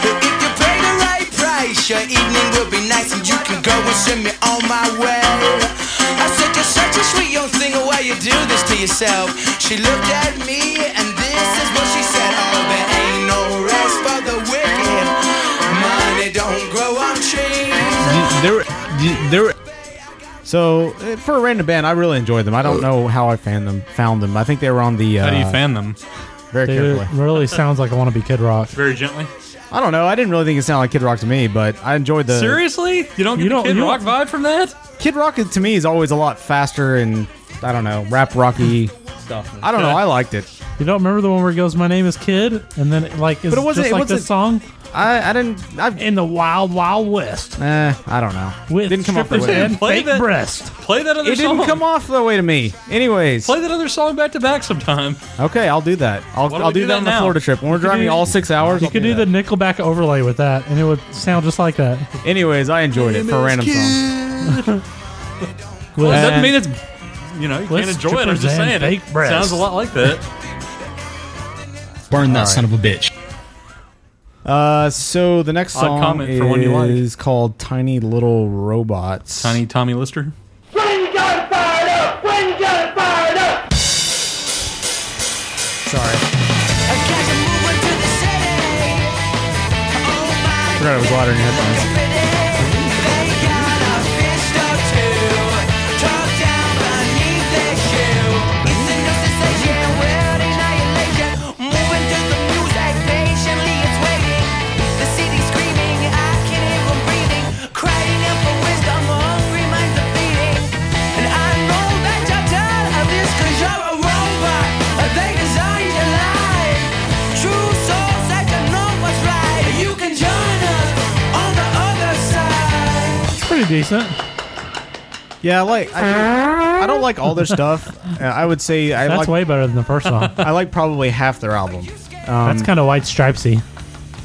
[SPEAKER 11] If you pay the right price, your evening will be nice and you can go and send me on my way. I said, You're such a sweet young thing, why you do this to yourself? She looked at me and this is what she said. Oh, there ain't no rest for the wicked. Money don't grow on trees.
[SPEAKER 6] There, there. So uh, for a random band, I really enjoyed them. I don't know how I found them. Found them. I think they were on the. Uh,
[SPEAKER 7] Uh, How do you fan them?
[SPEAKER 6] Very
[SPEAKER 2] Dude,
[SPEAKER 6] carefully.
[SPEAKER 2] it really sounds like I want to be Kid Rock.
[SPEAKER 7] Very gently.
[SPEAKER 6] I don't know. I didn't really think it sounded like Kid Rock to me, but I enjoyed the
[SPEAKER 7] Seriously, you don't get
[SPEAKER 6] Uh, You
[SPEAKER 7] the
[SPEAKER 6] don't-
[SPEAKER 7] Kid
[SPEAKER 6] you
[SPEAKER 7] Rock
[SPEAKER 6] don't-
[SPEAKER 7] vibe from that?
[SPEAKER 6] Kid Rock is- to me is always a lot faster and I don't know rap rocky stuff. I don't know. I liked it,
[SPEAKER 2] You don't remember the one where it goes, "My name is Kid," and then it, like, is
[SPEAKER 6] but it wasn't.
[SPEAKER 2] just
[SPEAKER 6] it
[SPEAKER 2] like
[SPEAKER 6] wasn't
[SPEAKER 2] this song.
[SPEAKER 6] I I didn't. I've,
[SPEAKER 2] in the wild wild west.
[SPEAKER 6] Eh, I don't know.
[SPEAKER 2] With
[SPEAKER 6] didn't come off the
[SPEAKER 2] strippers
[SPEAKER 6] way.
[SPEAKER 2] and Play fake that- breast.
[SPEAKER 7] Play that other
[SPEAKER 6] It didn't
[SPEAKER 7] song.
[SPEAKER 6] come off the way to me. Anyways,
[SPEAKER 7] Play that other song back to back sometime.
[SPEAKER 6] okay, I'll do that. I'll,
[SPEAKER 7] Why don't
[SPEAKER 6] I'll
[SPEAKER 7] we
[SPEAKER 6] do,
[SPEAKER 7] do
[SPEAKER 6] that
[SPEAKER 7] that
[SPEAKER 6] on the
[SPEAKER 7] now?
[SPEAKER 6] Florida trip when we're
[SPEAKER 7] You could
[SPEAKER 6] driving
[SPEAKER 7] do-
[SPEAKER 6] all six hours.
[SPEAKER 2] You
[SPEAKER 6] I'll
[SPEAKER 2] could do the Nickelback overlay with that, and it would sound just like that.
[SPEAKER 6] Anyways, I enjoyed it for a random song.
[SPEAKER 7] Well, it doesn't
[SPEAKER 2] And-
[SPEAKER 7] mean it's you know you
[SPEAKER 2] With
[SPEAKER 7] can't enjoy it. I'm
[SPEAKER 2] strippers
[SPEAKER 7] just saying
[SPEAKER 2] and
[SPEAKER 7] it
[SPEAKER 2] fake breasts.
[SPEAKER 7] sounds a lot like that.
[SPEAKER 4] Burn that
[SPEAKER 6] All right.
[SPEAKER 4] son of a bitch.
[SPEAKER 6] Uh, so the next
[SPEAKER 7] Odd
[SPEAKER 6] song
[SPEAKER 7] comment for one you like.
[SPEAKER 6] is called "Tiny Little Robots."
[SPEAKER 7] Tiny Tommy Lister.
[SPEAKER 23] When got fired up! When got fired up!
[SPEAKER 6] Sorry. I forgot it was louder in your headphones.
[SPEAKER 11] Join us on the other side.
[SPEAKER 2] It's pretty decent.
[SPEAKER 6] Yeah, I like I, I don't like all their stuff. Uh, I would say I
[SPEAKER 2] That's
[SPEAKER 6] like
[SPEAKER 2] way better than the first song.
[SPEAKER 6] I like probably half their album. Um,
[SPEAKER 2] That's kind of white stripesy.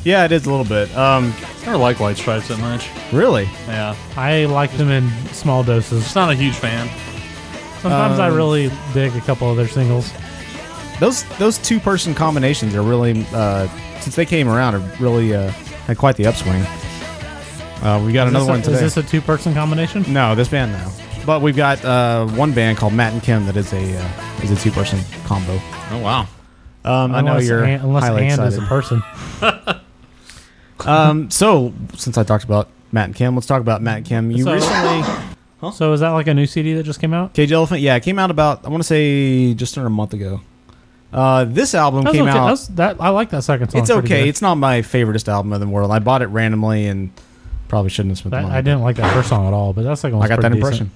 [SPEAKER 6] yeah, it is a little bit. Um,
[SPEAKER 7] I never like White Stripes that much.
[SPEAKER 6] Really?
[SPEAKER 7] Yeah,
[SPEAKER 2] I like them in small doses.
[SPEAKER 7] just not a huge fan.
[SPEAKER 2] Sometimes I
[SPEAKER 6] Um,
[SPEAKER 2] really dig a couple of their singles.
[SPEAKER 6] Those those two person combinations are really uh, since they came around have really uh, had quite the upswing. Uh, we got another
[SPEAKER 2] Is this a-
[SPEAKER 6] one today.
[SPEAKER 2] Is this a two-person combination?
[SPEAKER 6] no, this band no. But we've got uh, one band called Matt and Kim that is a uh, is a two person combo.
[SPEAKER 4] Oh wow.
[SPEAKER 6] Um, I know
[SPEAKER 2] Unless
[SPEAKER 6] you're
[SPEAKER 2] An- unless
[SPEAKER 6] highly
[SPEAKER 2] and
[SPEAKER 6] excited.
[SPEAKER 2] is a person.
[SPEAKER 6] um, so since I talked about Matt and Kim, let's talk about Matt and Kim. You
[SPEAKER 2] So-
[SPEAKER 6] recently
[SPEAKER 2] So is that like a new CD that just came out?
[SPEAKER 6] Cage Elephant, yeah, it came out about I want to say just under a month ago. Uh, this album
[SPEAKER 2] That was
[SPEAKER 6] came
[SPEAKER 2] okay.
[SPEAKER 6] out.
[SPEAKER 2] That was- that- I like that second song.
[SPEAKER 6] it's
[SPEAKER 2] pretty
[SPEAKER 6] okay.
[SPEAKER 2] good.
[SPEAKER 6] It's not my favoriteest album in the world. I bought it randomly and probably shouldn't have spent
[SPEAKER 2] That-
[SPEAKER 6] the money.
[SPEAKER 2] I didn't like that first song at all, but that second one.
[SPEAKER 6] I got that impression.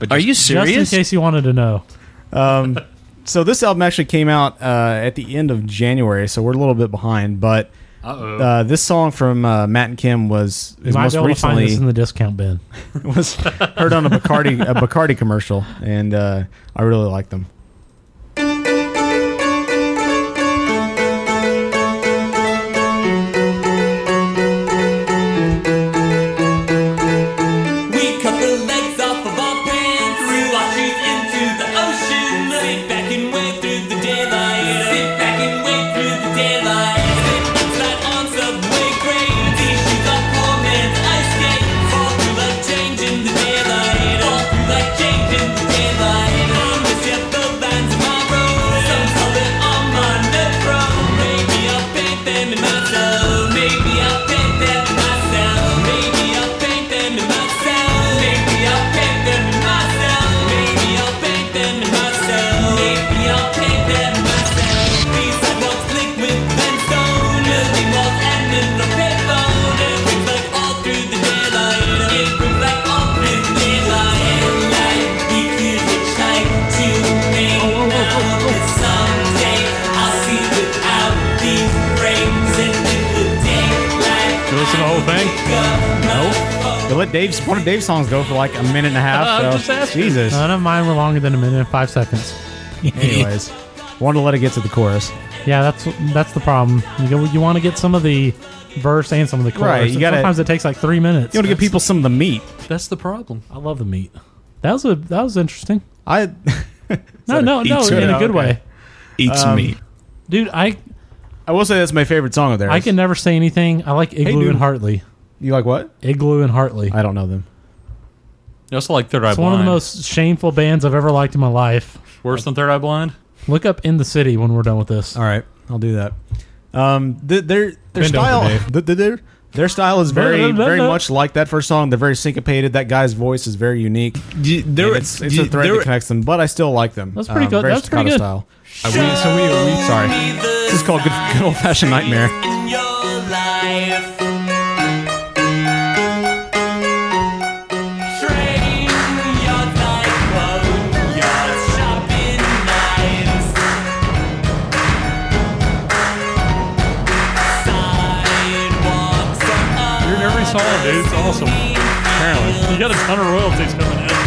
[SPEAKER 4] But Are you serious?
[SPEAKER 2] Just in case you wanted to know.
[SPEAKER 6] Um, so this album actually came out uh, at the end of January, so we're a little bit behind. But
[SPEAKER 2] Uh-oh.
[SPEAKER 6] uh, this song from uh, Matt and Kim was
[SPEAKER 2] You
[SPEAKER 6] is
[SPEAKER 2] might
[SPEAKER 6] most
[SPEAKER 2] be able to find
[SPEAKER 6] recently
[SPEAKER 2] this in the discount bin.
[SPEAKER 6] was heard on a Bacardi a Bacardi commercial, and uh, I really like them.
[SPEAKER 23] We cut the legs off of our pants, threw our shoes into the ocean. Sit back and wait through the daylight. Sit back and wait through the daylight. Sit flat on subway trains. These shoes are poor man's ice skate. Fall through like change in the daylight. Fall through like change in the daylight. On this yellow
[SPEAKER 6] They let Dave's one of Dave's songs go for like a minute and a half.
[SPEAKER 2] I'm
[SPEAKER 6] so.
[SPEAKER 2] just asking. Uh,
[SPEAKER 6] Jesus.
[SPEAKER 2] None of mine were longer than a minute and five seconds.
[SPEAKER 6] Anyways, wanted to let it get to the chorus.
[SPEAKER 2] Yeah, that's that's the problem. You go, you want to get some of the verse and some of the chorus.
[SPEAKER 6] Right, you
[SPEAKER 2] and
[SPEAKER 6] gotta-
[SPEAKER 2] sometimes it takes like three minutes.
[SPEAKER 6] You want to give people some of the meat.
[SPEAKER 2] That's the problem. I love the meat. That was a that was interesting.
[SPEAKER 6] I
[SPEAKER 2] no no no
[SPEAKER 6] Eats
[SPEAKER 2] in
[SPEAKER 6] meat.
[SPEAKER 2] a good way.
[SPEAKER 6] Okay. Eats meat.
[SPEAKER 2] dude. I
[SPEAKER 6] um, I will say that's my favorite song of theirs.
[SPEAKER 2] I can never say anything. I like Igloo
[SPEAKER 6] dude.
[SPEAKER 2] and Hartley.
[SPEAKER 6] You like what?
[SPEAKER 2] Igloo and Hartley.
[SPEAKER 6] I don't know them.
[SPEAKER 7] That's like Third Eye
[SPEAKER 2] It's
[SPEAKER 7] Blind.
[SPEAKER 2] one of the most shameful bands I've ever liked in my life.
[SPEAKER 7] Worse than Third Eye Blind.
[SPEAKER 2] Look up in the city when we're done with this. All
[SPEAKER 6] right, I'll do that. Um, th- their their
[SPEAKER 2] Bend over,
[SPEAKER 6] style,
[SPEAKER 2] Dave.
[SPEAKER 6] th- th- their their style is very very much like that first song. They're very syncopated. That guy's voice is very unique. And it's it's a
[SPEAKER 24] you-
[SPEAKER 6] thread
[SPEAKER 24] there-
[SPEAKER 6] that connects them, but I still like them. Um,
[SPEAKER 2] That's pretty good.
[SPEAKER 6] very
[SPEAKER 2] That's pretty
[SPEAKER 6] staccato
[SPEAKER 24] good. Are
[SPEAKER 6] Style.
[SPEAKER 24] we- so we- are we-
[SPEAKER 6] sorry. This is called good, good old fashioned nightmare.
[SPEAKER 7] You're in every song, dude. It's awesome. Apparently, you got a ton of royalties coming in.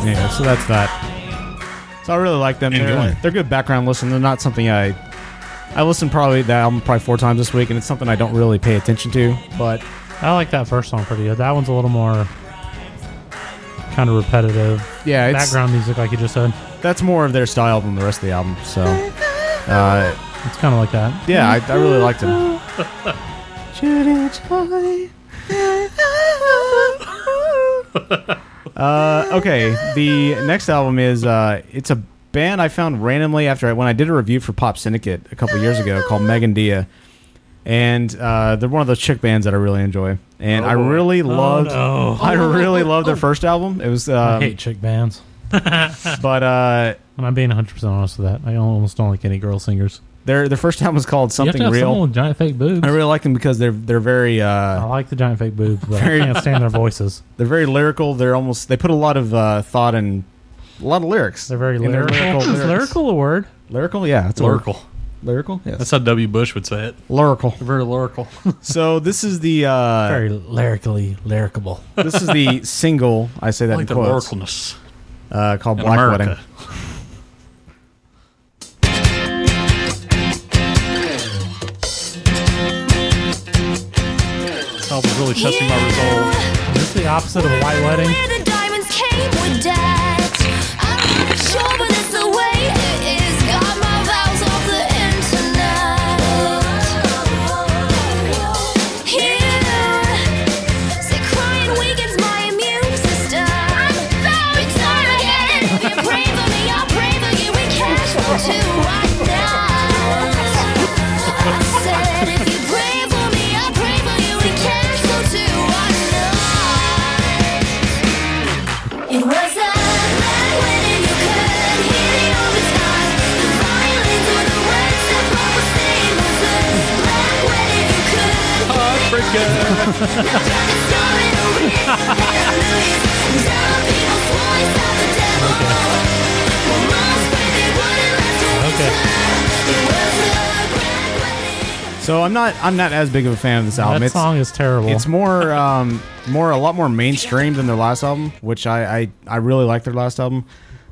[SPEAKER 6] Anyway, so that's that. So I really like them. They're,
[SPEAKER 24] Enjoy.
[SPEAKER 6] they're good background listen. They're not something I I listen probably that album probably four times this week, and it's something I don't really pay attention to. But
[SPEAKER 2] I like that first song pretty good. That one's a little more kind of repetitive.
[SPEAKER 6] Yeah, it's-
[SPEAKER 2] background music, like you just said.
[SPEAKER 6] that's more of their style than the rest of the album. So uh,
[SPEAKER 2] it's kind of like that.
[SPEAKER 6] Yeah, I, I really liked them. Uh, okay, the next album is uh, it's a band I found randomly after I, when I did a review for Pop Syndicate a couple years ago called Megan Dia, and uh, they're one of those chick bands that I really enjoy, and I really loved
[SPEAKER 2] no.
[SPEAKER 6] I really loved their first album. It was
[SPEAKER 2] I
[SPEAKER 6] um,
[SPEAKER 2] hate chick bands.
[SPEAKER 6] but uh,
[SPEAKER 2] and I'm being 100 percent honest with that. I almost don't like any girl singers.
[SPEAKER 6] their their first album was called
[SPEAKER 2] You have to
[SPEAKER 6] Something
[SPEAKER 2] have someone Oh.
[SPEAKER 6] Real.
[SPEAKER 2] with giant fake boobs.
[SPEAKER 6] I really like them because they're they're very uh,
[SPEAKER 2] I like the giant fake boobs, but
[SPEAKER 6] Very-
[SPEAKER 2] I can't stand their voices.
[SPEAKER 6] They're very lyrical. They're almost they put a lot of uh, thought and a lot of lyrics. They're very
[SPEAKER 2] Lyrical,
[SPEAKER 6] lyrical.
[SPEAKER 2] is lyrical a word?
[SPEAKER 6] Lyrical, yeah, it's a word.
[SPEAKER 7] lyrical.
[SPEAKER 6] Lyrical, yes.
[SPEAKER 7] That's how W. Bush would say it.
[SPEAKER 6] Lyrical.
[SPEAKER 7] Very lyrical.
[SPEAKER 6] So this is the uh,
[SPEAKER 2] Very lyrically lyricable.
[SPEAKER 6] This is the single. I say that
[SPEAKER 7] Like
[SPEAKER 6] in
[SPEAKER 7] the
[SPEAKER 6] quotes.
[SPEAKER 7] lyricalness.
[SPEAKER 6] Uh, called
[SPEAKER 7] In
[SPEAKER 6] Black
[SPEAKER 7] America.
[SPEAKER 6] Wedding.
[SPEAKER 7] This album's really testing my resolve.
[SPEAKER 2] It's the opposite of white wedding.
[SPEAKER 25] Where the diamonds came with that. I'm not sure, but it's the way it is. Got my vows off the internet. Here, say crying weakens my immune system. I'm very tired. If you pray for me, I'll pray for you. We can't go to right now. I said, if you pray for me, I'll pray for you. We can't go to right now. It was a bad wedding, you could hear the overtime. The violins were the words that Papa was saying. It was a bad wedding, you could
[SPEAKER 6] So I'm not I'm not as big of a fan of this album.
[SPEAKER 2] that
[SPEAKER 6] it's,
[SPEAKER 2] song is terrible.
[SPEAKER 6] It's more um, more a lot more mainstream than their last album, which I I, I really like their last album.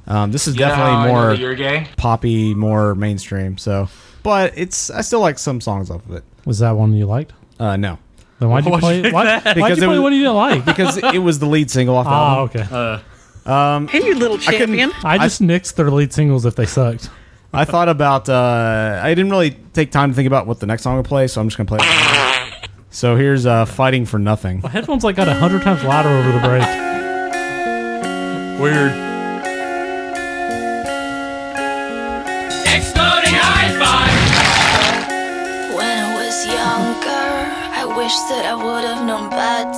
[SPEAKER 6] Um, this is
[SPEAKER 26] You know
[SPEAKER 6] definitely
[SPEAKER 26] how I know
[SPEAKER 6] more
[SPEAKER 26] that you're gay?
[SPEAKER 6] poppy, more mainstream. So, but it's I still like some songs off of it.
[SPEAKER 2] Was that one you liked?
[SPEAKER 6] Uh, no.
[SPEAKER 2] Then why'd you Why'd play- you pick why- that? why'd you
[SPEAKER 6] Because it
[SPEAKER 2] play
[SPEAKER 6] was-
[SPEAKER 2] what you didn't like?
[SPEAKER 6] Because it was the lead single off the
[SPEAKER 2] Ah,
[SPEAKER 6] album.
[SPEAKER 2] okay.
[SPEAKER 6] um, hey, you little champion.
[SPEAKER 2] I just nixed their lead singles if they sucked.
[SPEAKER 6] I thought about. Uh, I didn't really take time to think about what the next song would play, so I'm just gonna play. it. so here's uh, "Fighting for Nothing."
[SPEAKER 2] My headphones like got a hundred times louder over the break.
[SPEAKER 7] Weird.
[SPEAKER 25] Exploding high five. When I was younger,
[SPEAKER 26] wish that I would have known better.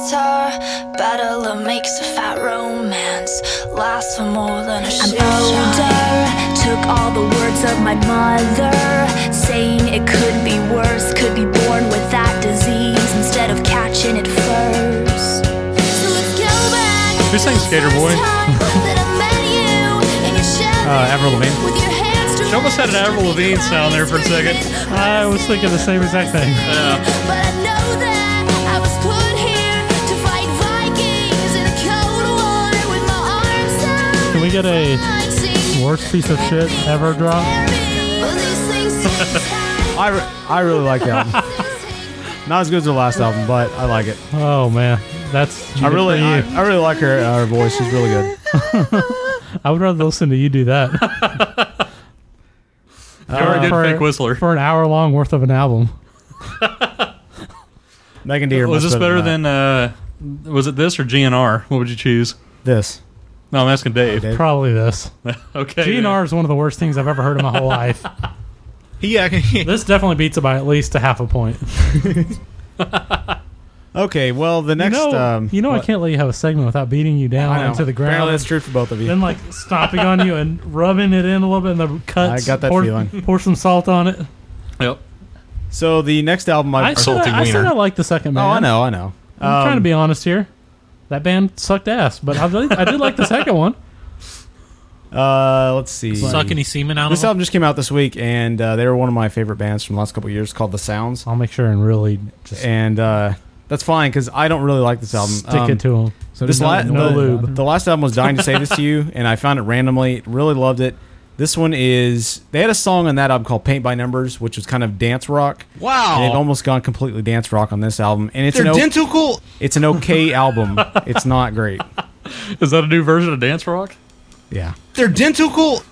[SPEAKER 26] Better love makes a fat romance last for more than a
[SPEAKER 27] I'm
[SPEAKER 26] shit
[SPEAKER 27] older, took all the words of my mother, saying it could be worse, could be born with that disease instead of catching it first. So let's go back
[SPEAKER 7] Who sings Skater Boy?
[SPEAKER 26] uh,
[SPEAKER 7] Avril Lavigne.
[SPEAKER 26] with your hands to
[SPEAKER 7] She almost had an Avril Lavigne sound there for a second.
[SPEAKER 2] I was thinking the same exact thing.
[SPEAKER 26] But I know that I was put here to fight Vikings in a cold war with my arms out.
[SPEAKER 2] Can we get a worst piece of shit ever drop?
[SPEAKER 6] I, re- I really like that. Not as good as her last album, but I like it.
[SPEAKER 2] Oh man, that's
[SPEAKER 6] I really
[SPEAKER 2] for you.
[SPEAKER 6] I, I really like her uh, her voice. She's really good.
[SPEAKER 2] I would rather listen to you do that.
[SPEAKER 7] You're a good
[SPEAKER 2] for-
[SPEAKER 7] fake whistler.
[SPEAKER 2] for an hour long worth of an album.
[SPEAKER 6] Megan Deer.
[SPEAKER 7] Was
[SPEAKER 6] much
[SPEAKER 7] this better
[SPEAKER 6] than
[SPEAKER 7] than, uh, was it this or GNR? What would you choose?
[SPEAKER 6] This.
[SPEAKER 7] No, I'm asking Dave.
[SPEAKER 2] Probably this.
[SPEAKER 7] okay.
[SPEAKER 2] GNR is one of the worst things I've ever heard in my whole life. Yeah, this definitely beats it by at least a half a point.
[SPEAKER 6] Okay, well the next.
[SPEAKER 2] you know,
[SPEAKER 6] um,
[SPEAKER 2] you know I can't let you have a segment without beating you
[SPEAKER 6] I know.
[SPEAKER 2] down into the ground.
[SPEAKER 6] Apparently that's true for both of you.
[SPEAKER 2] Then like stomping on you and rubbing it in a little bit, and the cuts.
[SPEAKER 6] I got that
[SPEAKER 2] pour,
[SPEAKER 6] feeling.
[SPEAKER 2] Pour some salt on it.
[SPEAKER 7] Yep.
[SPEAKER 6] So the next album
[SPEAKER 2] I
[SPEAKER 6] I've
[SPEAKER 2] said I, I said I like the second
[SPEAKER 6] Oh,
[SPEAKER 2] band.
[SPEAKER 6] I know, I know.
[SPEAKER 2] I'm
[SPEAKER 6] Um,
[SPEAKER 2] trying to be honest here. That band sucked ass, but I, did- I did like the second one.
[SPEAKER 6] Uh, let's see.
[SPEAKER 3] Suck any semen out of
[SPEAKER 6] This
[SPEAKER 3] them?
[SPEAKER 6] album just came out this week, and uh, they were one of my favorite bands from the last couple of years, called The Sounds.
[SPEAKER 2] I'll make sure and really just
[SPEAKER 6] and uh, that's fine because I don't really like this album. Um,
[SPEAKER 2] Stick it to 'em.
[SPEAKER 6] So this
[SPEAKER 2] No-
[SPEAKER 6] la-
[SPEAKER 2] Um, no
[SPEAKER 6] the,
[SPEAKER 2] lube.
[SPEAKER 6] The last album was "Dying to Say This to You," and I found it randomly. Really loved it. This one is they had a song on that album called "Paint by Numbers," which was kind of dance rock.
[SPEAKER 23] Wow.
[SPEAKER 6] And they've almost gone completely dance rock on this album, and it's
[SPEAKER 23] They're
[SPEAKER 6] an
[SPEAKER 23] dentical?
[SPEAKER 6] It's an okay album. It's not great.
[SPEAKER 7] Is that a new version of Dance Rock?
[SPEAKER 6] Yeah.
[SPEAKER 23] They're dentical.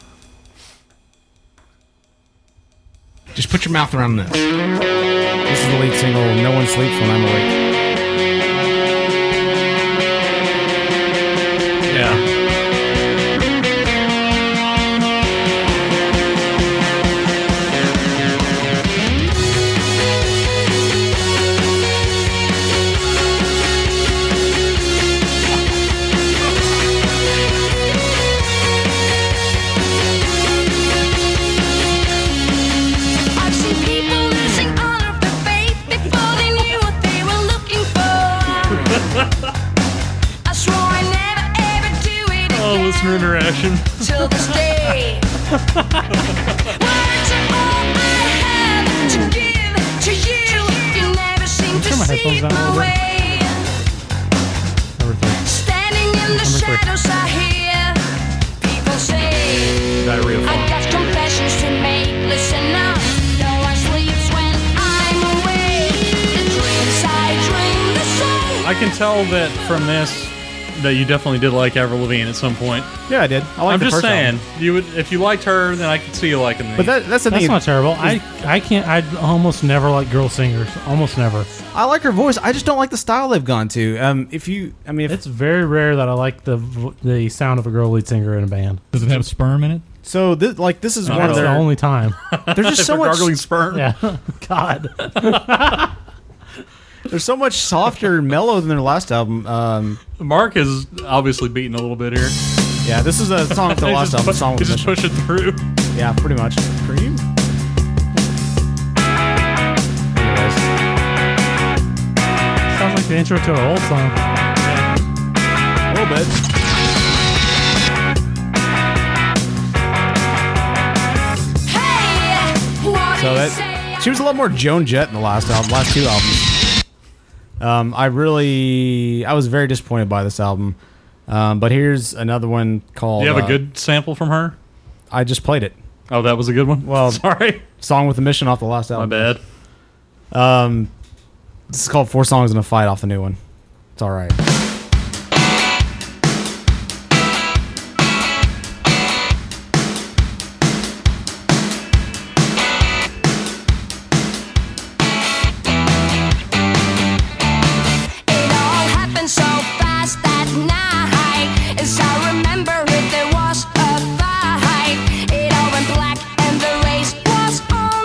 [SPEAKER 6] Just put your mouth around this. This is the lead single, No One Sleeps When I'm Awake.
[SPEAKER 7] Yeah.
[SPEAKER 25] I've seen people losing all of their faith before they knew what they were looking for. I swore I never ever do it
[SPEAKER 7] Oh, listener interaction.
[SPEAKER 25] till this day. Words are all I have to give to you. You never seem to
[SPEAKER 2] Turn my
[SPEAKER 25] see
[SPEAKER 2] headphones down a
[SPEAKER 25] my
[SPEAKER 2] little bit.
[SPEAKER 25] way. Standing in the
[SPEAKER 2] Number three.
[SPEAKER 25] shadows, I hear people say.
[SPEAKER 7] Diarrhea.
[SPEAKER 25] I got confessions to make. Listen up. No one sleeps when I'm awake. The dreams I dream, the same.
[SPEAKER 7] I can tell that from this that you definitely did like Avril Lavigne at some point.
[SPEAKER 6] Yeah, I did. I like
[SPEAKER 7] I'm
[SPEAKER 6] the
[SPEAKER 7] just
[SPEAKER 6] first
[SPEAKER 7] saying,
[SPEAKER 6] album.
[SPEAKER 7] you would if you liked her, then I could see you liking the.
[SPEAKER 2] that's not terrible. I I can't. I almost never like girl singers. Almost never.
[SPEAKER 6] I like her voice. I just don't like the style they've gone to. Um, if you, I mean, if
[SPEAKER 2] it's very rare that I like the vo- the sound of a girl lead singer in a band.
[SPEAKER 7] Does it have sperm in it?
[SPEAKER 6] So this, like, this is
[SPEAKER 2] That's
[SPEAKER 6] one of
[SPEAKER 2] the
[SPEAKER 6] their-
[SPEAKER 2] only time.
[SPEAKER 6] There's just Oh, so much
[SPEAKER 2] Yeah. God.
[SPEAKER 6] They're so much softer, and mellow than their last album. Um,
[SPEAKER 7] Mark is obviously beating a little bit here.
[SPEAKER 6] Yeah, this is a song off the
[SPEAKER 7] He
[SPEAKER 6] last
[SPEAKER 7] just
[SPEAKER 6] album.
[SPEAKER 7] pu-
[SPEAKER 6] Song
[SPEAKER 7] he just push it through.
[SPEAKER 6] Yeah, pretty much. Cream.
[SPEAKER 2] Sounds like the intro to an old song.
[SPEAKER 6] A little bit.
[SPEAKER 25] Hey, what
[SPEAKER 6] So that she was a lot more Joan Jett in the last album, last two albums. Um, I really, I was very disappointed by this album. Um, but here's another one
[SPEAKER 7] Do
[SPEAKER 6] called.
[SPEAKER 7] you have a
[SPEAKER 6] uh,
[SPEAKER 7] good sample from her?
[SPEAKER 6] I just played it.
[SPEAKER 7] Oh, that was a good one.
[SPEAKER 6] Well,
[SPEAKER 7] sorry.
[SPEAKER 6] Song with a mission off the last album.
[SPEAKER 7] My
[SPEAKER 6] bad. Um, this is called Four Songs and a Fight off the new one. It's all right.
[SPEAKER 25] all happened so fast that night. As I remember it, there was a fight. It all went black and the race was on.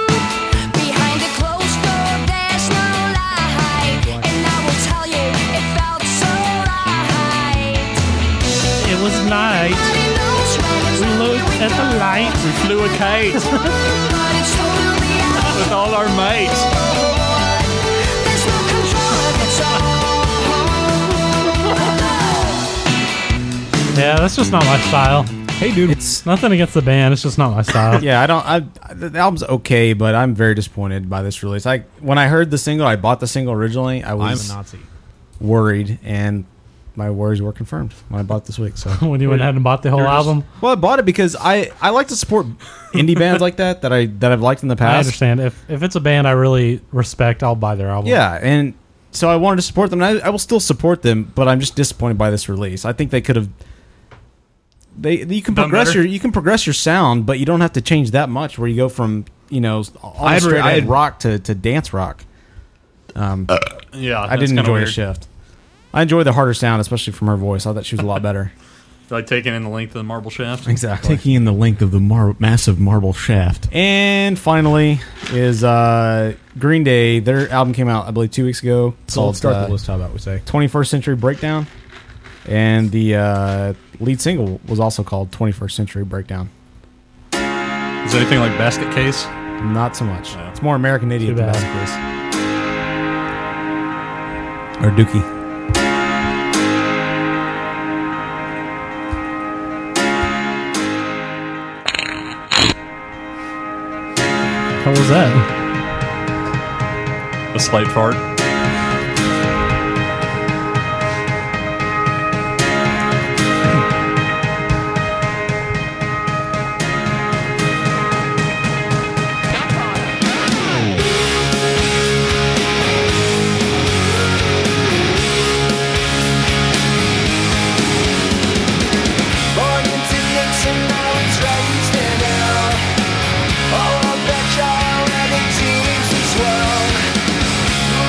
[SPEAKER 25] Behind the closed door, there's no light.
[SPEAKER 7] at the light. We flew a kite with all our mates.
[SPEAKER 2] Yeah, that's just not my style. Hey, dude. It's nothing against the band. It's just not my style.
[SPEAKER 4] yeah, I don't. I, the album's okay, but I'm very disappointed by this release. I when I heard the single, I bought the single originally. I was
[SPEAKER 2] I'm a Nazi.
[SPEAKER 4] worried, and my worries were confirmed when I bought this week. So
[SPEAKER 2] when you went ahead and bought the whole
[SPEAKER 4] You're just-
[SPEAKER 2] album?
[SPEAKER 4] well, I bought it because I I like to support indie bands like that that I that I've liked in the past.
[SPEAKER 2] I understand. If if it's a band I really respect, I'll buy their album.
[SPEAKER 4] Yeah, and so I wanted to support them. And I, I will still support them, but I'm just disappointed by this release. I think they could have. They you can
[SPEAKER 2] Done
[SPEAKER 4] progress
[SPEAKER 2] better?
[SPEAKER 4] your you can progress your sound, but you don't have to change that much. Where you go from you know all
[SPEAKER 28] I'd re-
[SPEAKER 4] straight ahead
[SPEAKER 28] I'd-
[SPEAKER 4] rock to, to dance rock. Um,
[SPEAKER 7] yeah,
[SPEAKER 4] I
[SPEAKER 7] that's
[SPEAKER 4] didn't
[SPEAKER 7] kinda
[SPEAKER 4] enjoy
[SPEAKER 7] weird.
[SPEAKER 4] the shift. I enjoyed the harder sound, especially from her voice. I thought she was a lot better.
[SPEAKER 7] Like taking in the length of the marble shaft.
[SPEAKER 4] Taking
[SPEAKER 29] in the length of the mar- massive marble shaft.
[SPEAKER 4] And finally is uh, Green Day. Their album came out, I believe, two weeks ago.
[SPEAKER 28] So let's start the list, how about we say?
[SPEAKER 4] 21st Century Breakdown. And the uh, lead single was also called 21st Century Breakdown.
[SPEAKER 7] Is anything like basket case?
[SPEAKER 4] Not so much. It's more American Idiot than
[SPEAKER 7] bad.
[SPEAKER 4] Basket Case. Or Dookie.
[SPEAKER 2] How was that?
[SPEAKER 7] A slight fart.
[SPEAKER 10] Born into Nixon, I was raised in hell. Oh, I bet y'all had the teams as well.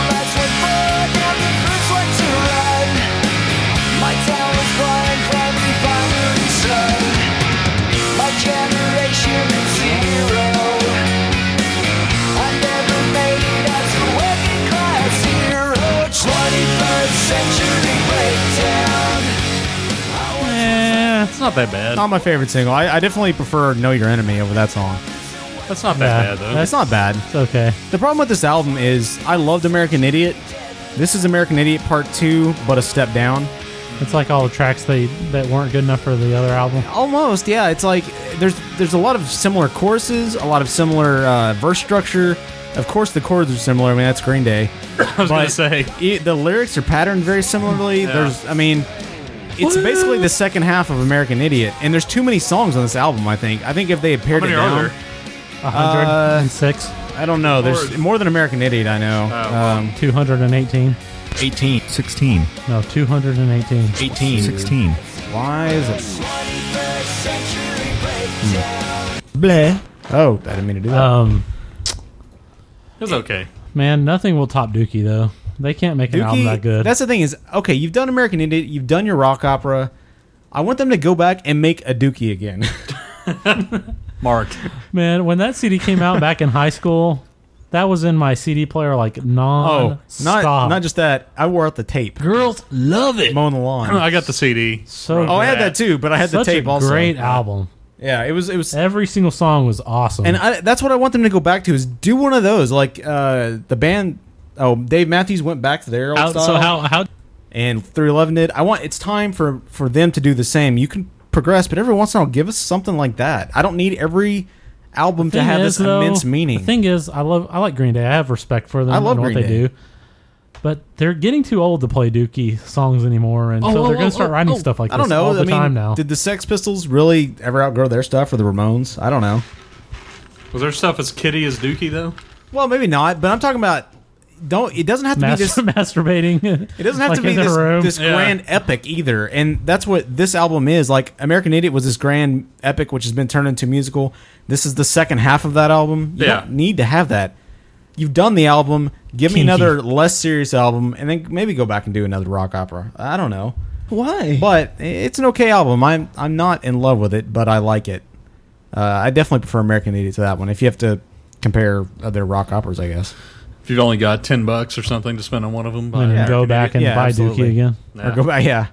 [SPEAKER 10] Lights went red and the fruits went to red. My town was blind from refinery sun. My generation is zero. I never made it as a working class hero. 21st century breakdown.
[SPEAKER 7] Yeah, it's not that bad.
[SPEAKER 4] Not my favorite single. I, I definitely prefer Know Your Enemy over that song.
[SPEAKER 7] That's not that bad though.
[SPEAKER 4] It's not bad. It's
[SPEAKER 2] okay.
[SPEAKER 4] The problem with this album is I loved American Idiot. This is American Idiot Part 2, but a step down.
[SPEAKER 2] It's like all the tracks they that weren't good enough for the other album.
[SPEAKER 4] Almost, yeah. It's like there's there's a lot of similar choruses, a lot of similar uh, verse structure. Of course, the chords are similar. I mean, that's Green Day. E,
[SPEAKER 7] I was gonna say
[SPEAKER 4] the lyrics are patterned very similarly.
[SPEAKER 7] Yeah.
[SPEAKER 4] There's, I mean, it's basically the second half of American Idiot, and there's too many songs on this album. I think. I think if they had paired
[SPEAKER 7] many
[SPEAKER 4] it
[SPEAKER 7] are
[SPEAKER 4] down,
[SPEAKER 7] there?
[SPEAKER 2] A hundred
[SPEAKER 4] Uh,
[SPEAKER 2] and six?
[SPEAKER 4] I don't know. There's
[SPEAKER 2] Or-
[SPEAKER 4] more than American Idiot. I know. um,
[SPEAKER 2] 218.
[SPEAKER 29] 18. 16.
[SPEAKER 2] No, 218.
[SPEAKER 29] 18. 16.
[SPEAKER 7] Oh.
[SPEAKER 4] Why is it?
[SPEAKER 2] Bleh.
[SPEAKER 4] Hmm. Oh, I didn't mean to do that.
[SPEAKER 2] Um,
[SPEAKER 7] It was okay.
[SPEAKER 2] man, nothing will top Dookie though. They can't make an album
[SPEAKER 4] Dookie-
[SPEAKER 2] that good.
[SPEAKER 4] That's the thing is, okay, you've done American Idiot, you've done your rock opera. I want them to go back and make a Dookie again.
[SPEAKER 7] Mark.
[SPEAKER 2] Man, when that CD came out back in high school, that was in my CD player like
[SPEAKER 4] Oh,
[SPEAKER 2] non
[SPEAKER 4] not
[SPEAKER 2] stop.
[SPEAKER 4] not just that. I wore out the tape.
[SPEAKER 2] Girls love it.
[SPEAKER 4] Mowing the lawn.
[SPEAKER 7] I got the CD.
[SPEAKER 2] So
[SPEAKER 4] oh, I had that too, but I had the
[SPEAKER 2] Such
[SPEAKER 4] tape
[SPEAKER 2] a
[SPEAKER 4] also.
[SPEAKER 2] Great album.
[SPEAKER 4] Yeah, it was. It was
[SPEAKER 2] every single song was awesome.
[SPEAKER 4] And I, that's what I want them to go back to is do one of those like uh, the band. Oh, Dave Matthews went back to their old
[SPEAKER 2] How- so
[SPEAKER 4] style.
[SPEAKER 2] how- how
[SPEAKER 4] and 311 did. I want it's time for for them to do the same. You can progress, but every once in a while, give us something like that. I don't need every album to
[SPEAKER 2] thing
[SPEAKER 4] have
[SPEAKER 2] is,
[SPEAKER 4] this
[SPEAKER 2] though,
[SPEAKER 4] immense meaning.
[SPEAKER 2] The thing is, I love I like Green Day. I have respect for them
[SPEAKER 4] I love
[SPEAKER 2] and
[SPEAKER 4] Green
[SPEAKER 2] what they
[SPEAKER 4] Day.
[SPEAKER 2] do. But they're getting too old to play Dookie songs anymore,
[SPEAKER 4] Oh,
[SPEAKER 2] and so they're going to start writing stuff like
[SPEAKER 4] I
[SPEAKER 2] this
[SPEAKER 4] don't know.
[SPEAKER 2] all the
[SPEAKER 4] I mean,
[SPEAKER 2] time now.
[SPEAKER 4] Did the Sex Pistols really ever outgrow their stuff, or the Ramones? I don't know.
[SPEAKER 7] Was their stuff as kitty as Dookie though?
[SPEAKER 4] Well, maybe not. But I'm talking about don't. It doesn't have to be this.
[SPEAKER 2] Mas- masturbating.
[SPEAKER 4] It doesn't have
[SPEAKER 2] like
[SPEAKER 4] to be
[SPEAKER 2] in their
[SPEAKER 4] this,
[SPEAKER 2] room.
[SPEAKER 4] this grand epic either. And that's what this album is. Like, American Idiot was this grand epic, which has been turned into a musical. This is the second half of that album. You
[SPEAKER 7] Yeah.
[SPEAKER 4] don't need to have that. You've done the album. Give me
[SPEAKER 7] Kinky.
[SPEAKER 4] another less serious album, and then maybe go back and do another rock opera. I don't know why, but it's an okay album. I'm I'm not in love with it, but I like it. Uh, I definitely prefer American Idiot to that one. If you have to compare other rock operas, I guess.
[SPEAKER 7] If you've only got ten bucks or something to spend on one of them, buy
[SPEAKER 2] And then
[SPEAKER 7] American
[SPEAKER 2] go back
[SPEAKER 7] Idiot.
[SPEAKER 2] and buy Dookie again.
[SPEAKER 7] Yeah.
[SPEAKER 4] Or go back, yeah.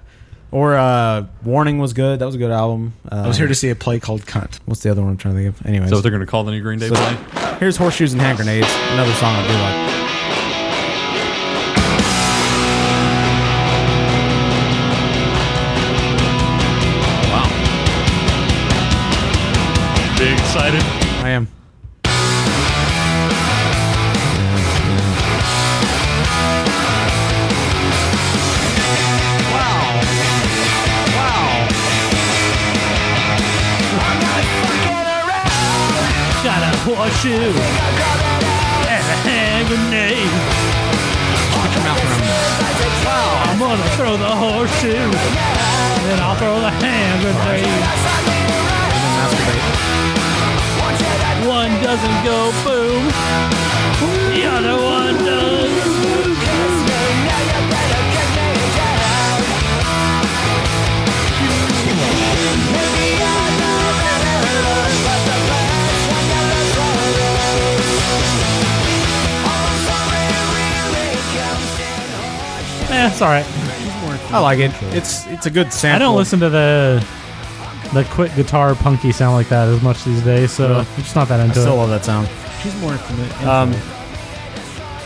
[SPEAKER 6] Or uh, Warning was good. That was a good album. Uh,
[SPEAKER 7] I was here to
[SPEAKER 6] see a play called Cunt. What's the other one I'm trying to think of? Anyways,
[SPEAKER 7] So they're going to call the new Green Day
[SPEAKER 6] So,
[SPEAKER 7] play?
[SPEAKER 6] Here's Horseshoes and Hand Grenades. Another song I do like.
[SPEAKER 7] Big excited.
[SPEAKER 6] I am.
[SPEAKER 23] Got a horseshoe and a hand grenade. Wow, I'm gonna throw the horseshoe, then I'll throw the hand grenade. One doesn't go boom, the other one
[SPEAKER 2] Eh, it's all right.
[SPEAKER 6] I like it. It's it's a good
[SPEAKER 2] I
[SPEAKER 6] sample.
[SPEAKER 2] don't listen to the the quick guitar punky sound like that as much these days, so
[SPEAKER 6] Yeah.
[SPEAKER 2] I'm just not that
[SPEAKER 6] I
[SPEAKER 2] into
[SPEAKER 6] still
[SPEAKER 2] it.
[SPEAKER 6] love that sound.
[SPEAKER 4] She's more intimate.
[SPEAKER 6] Um,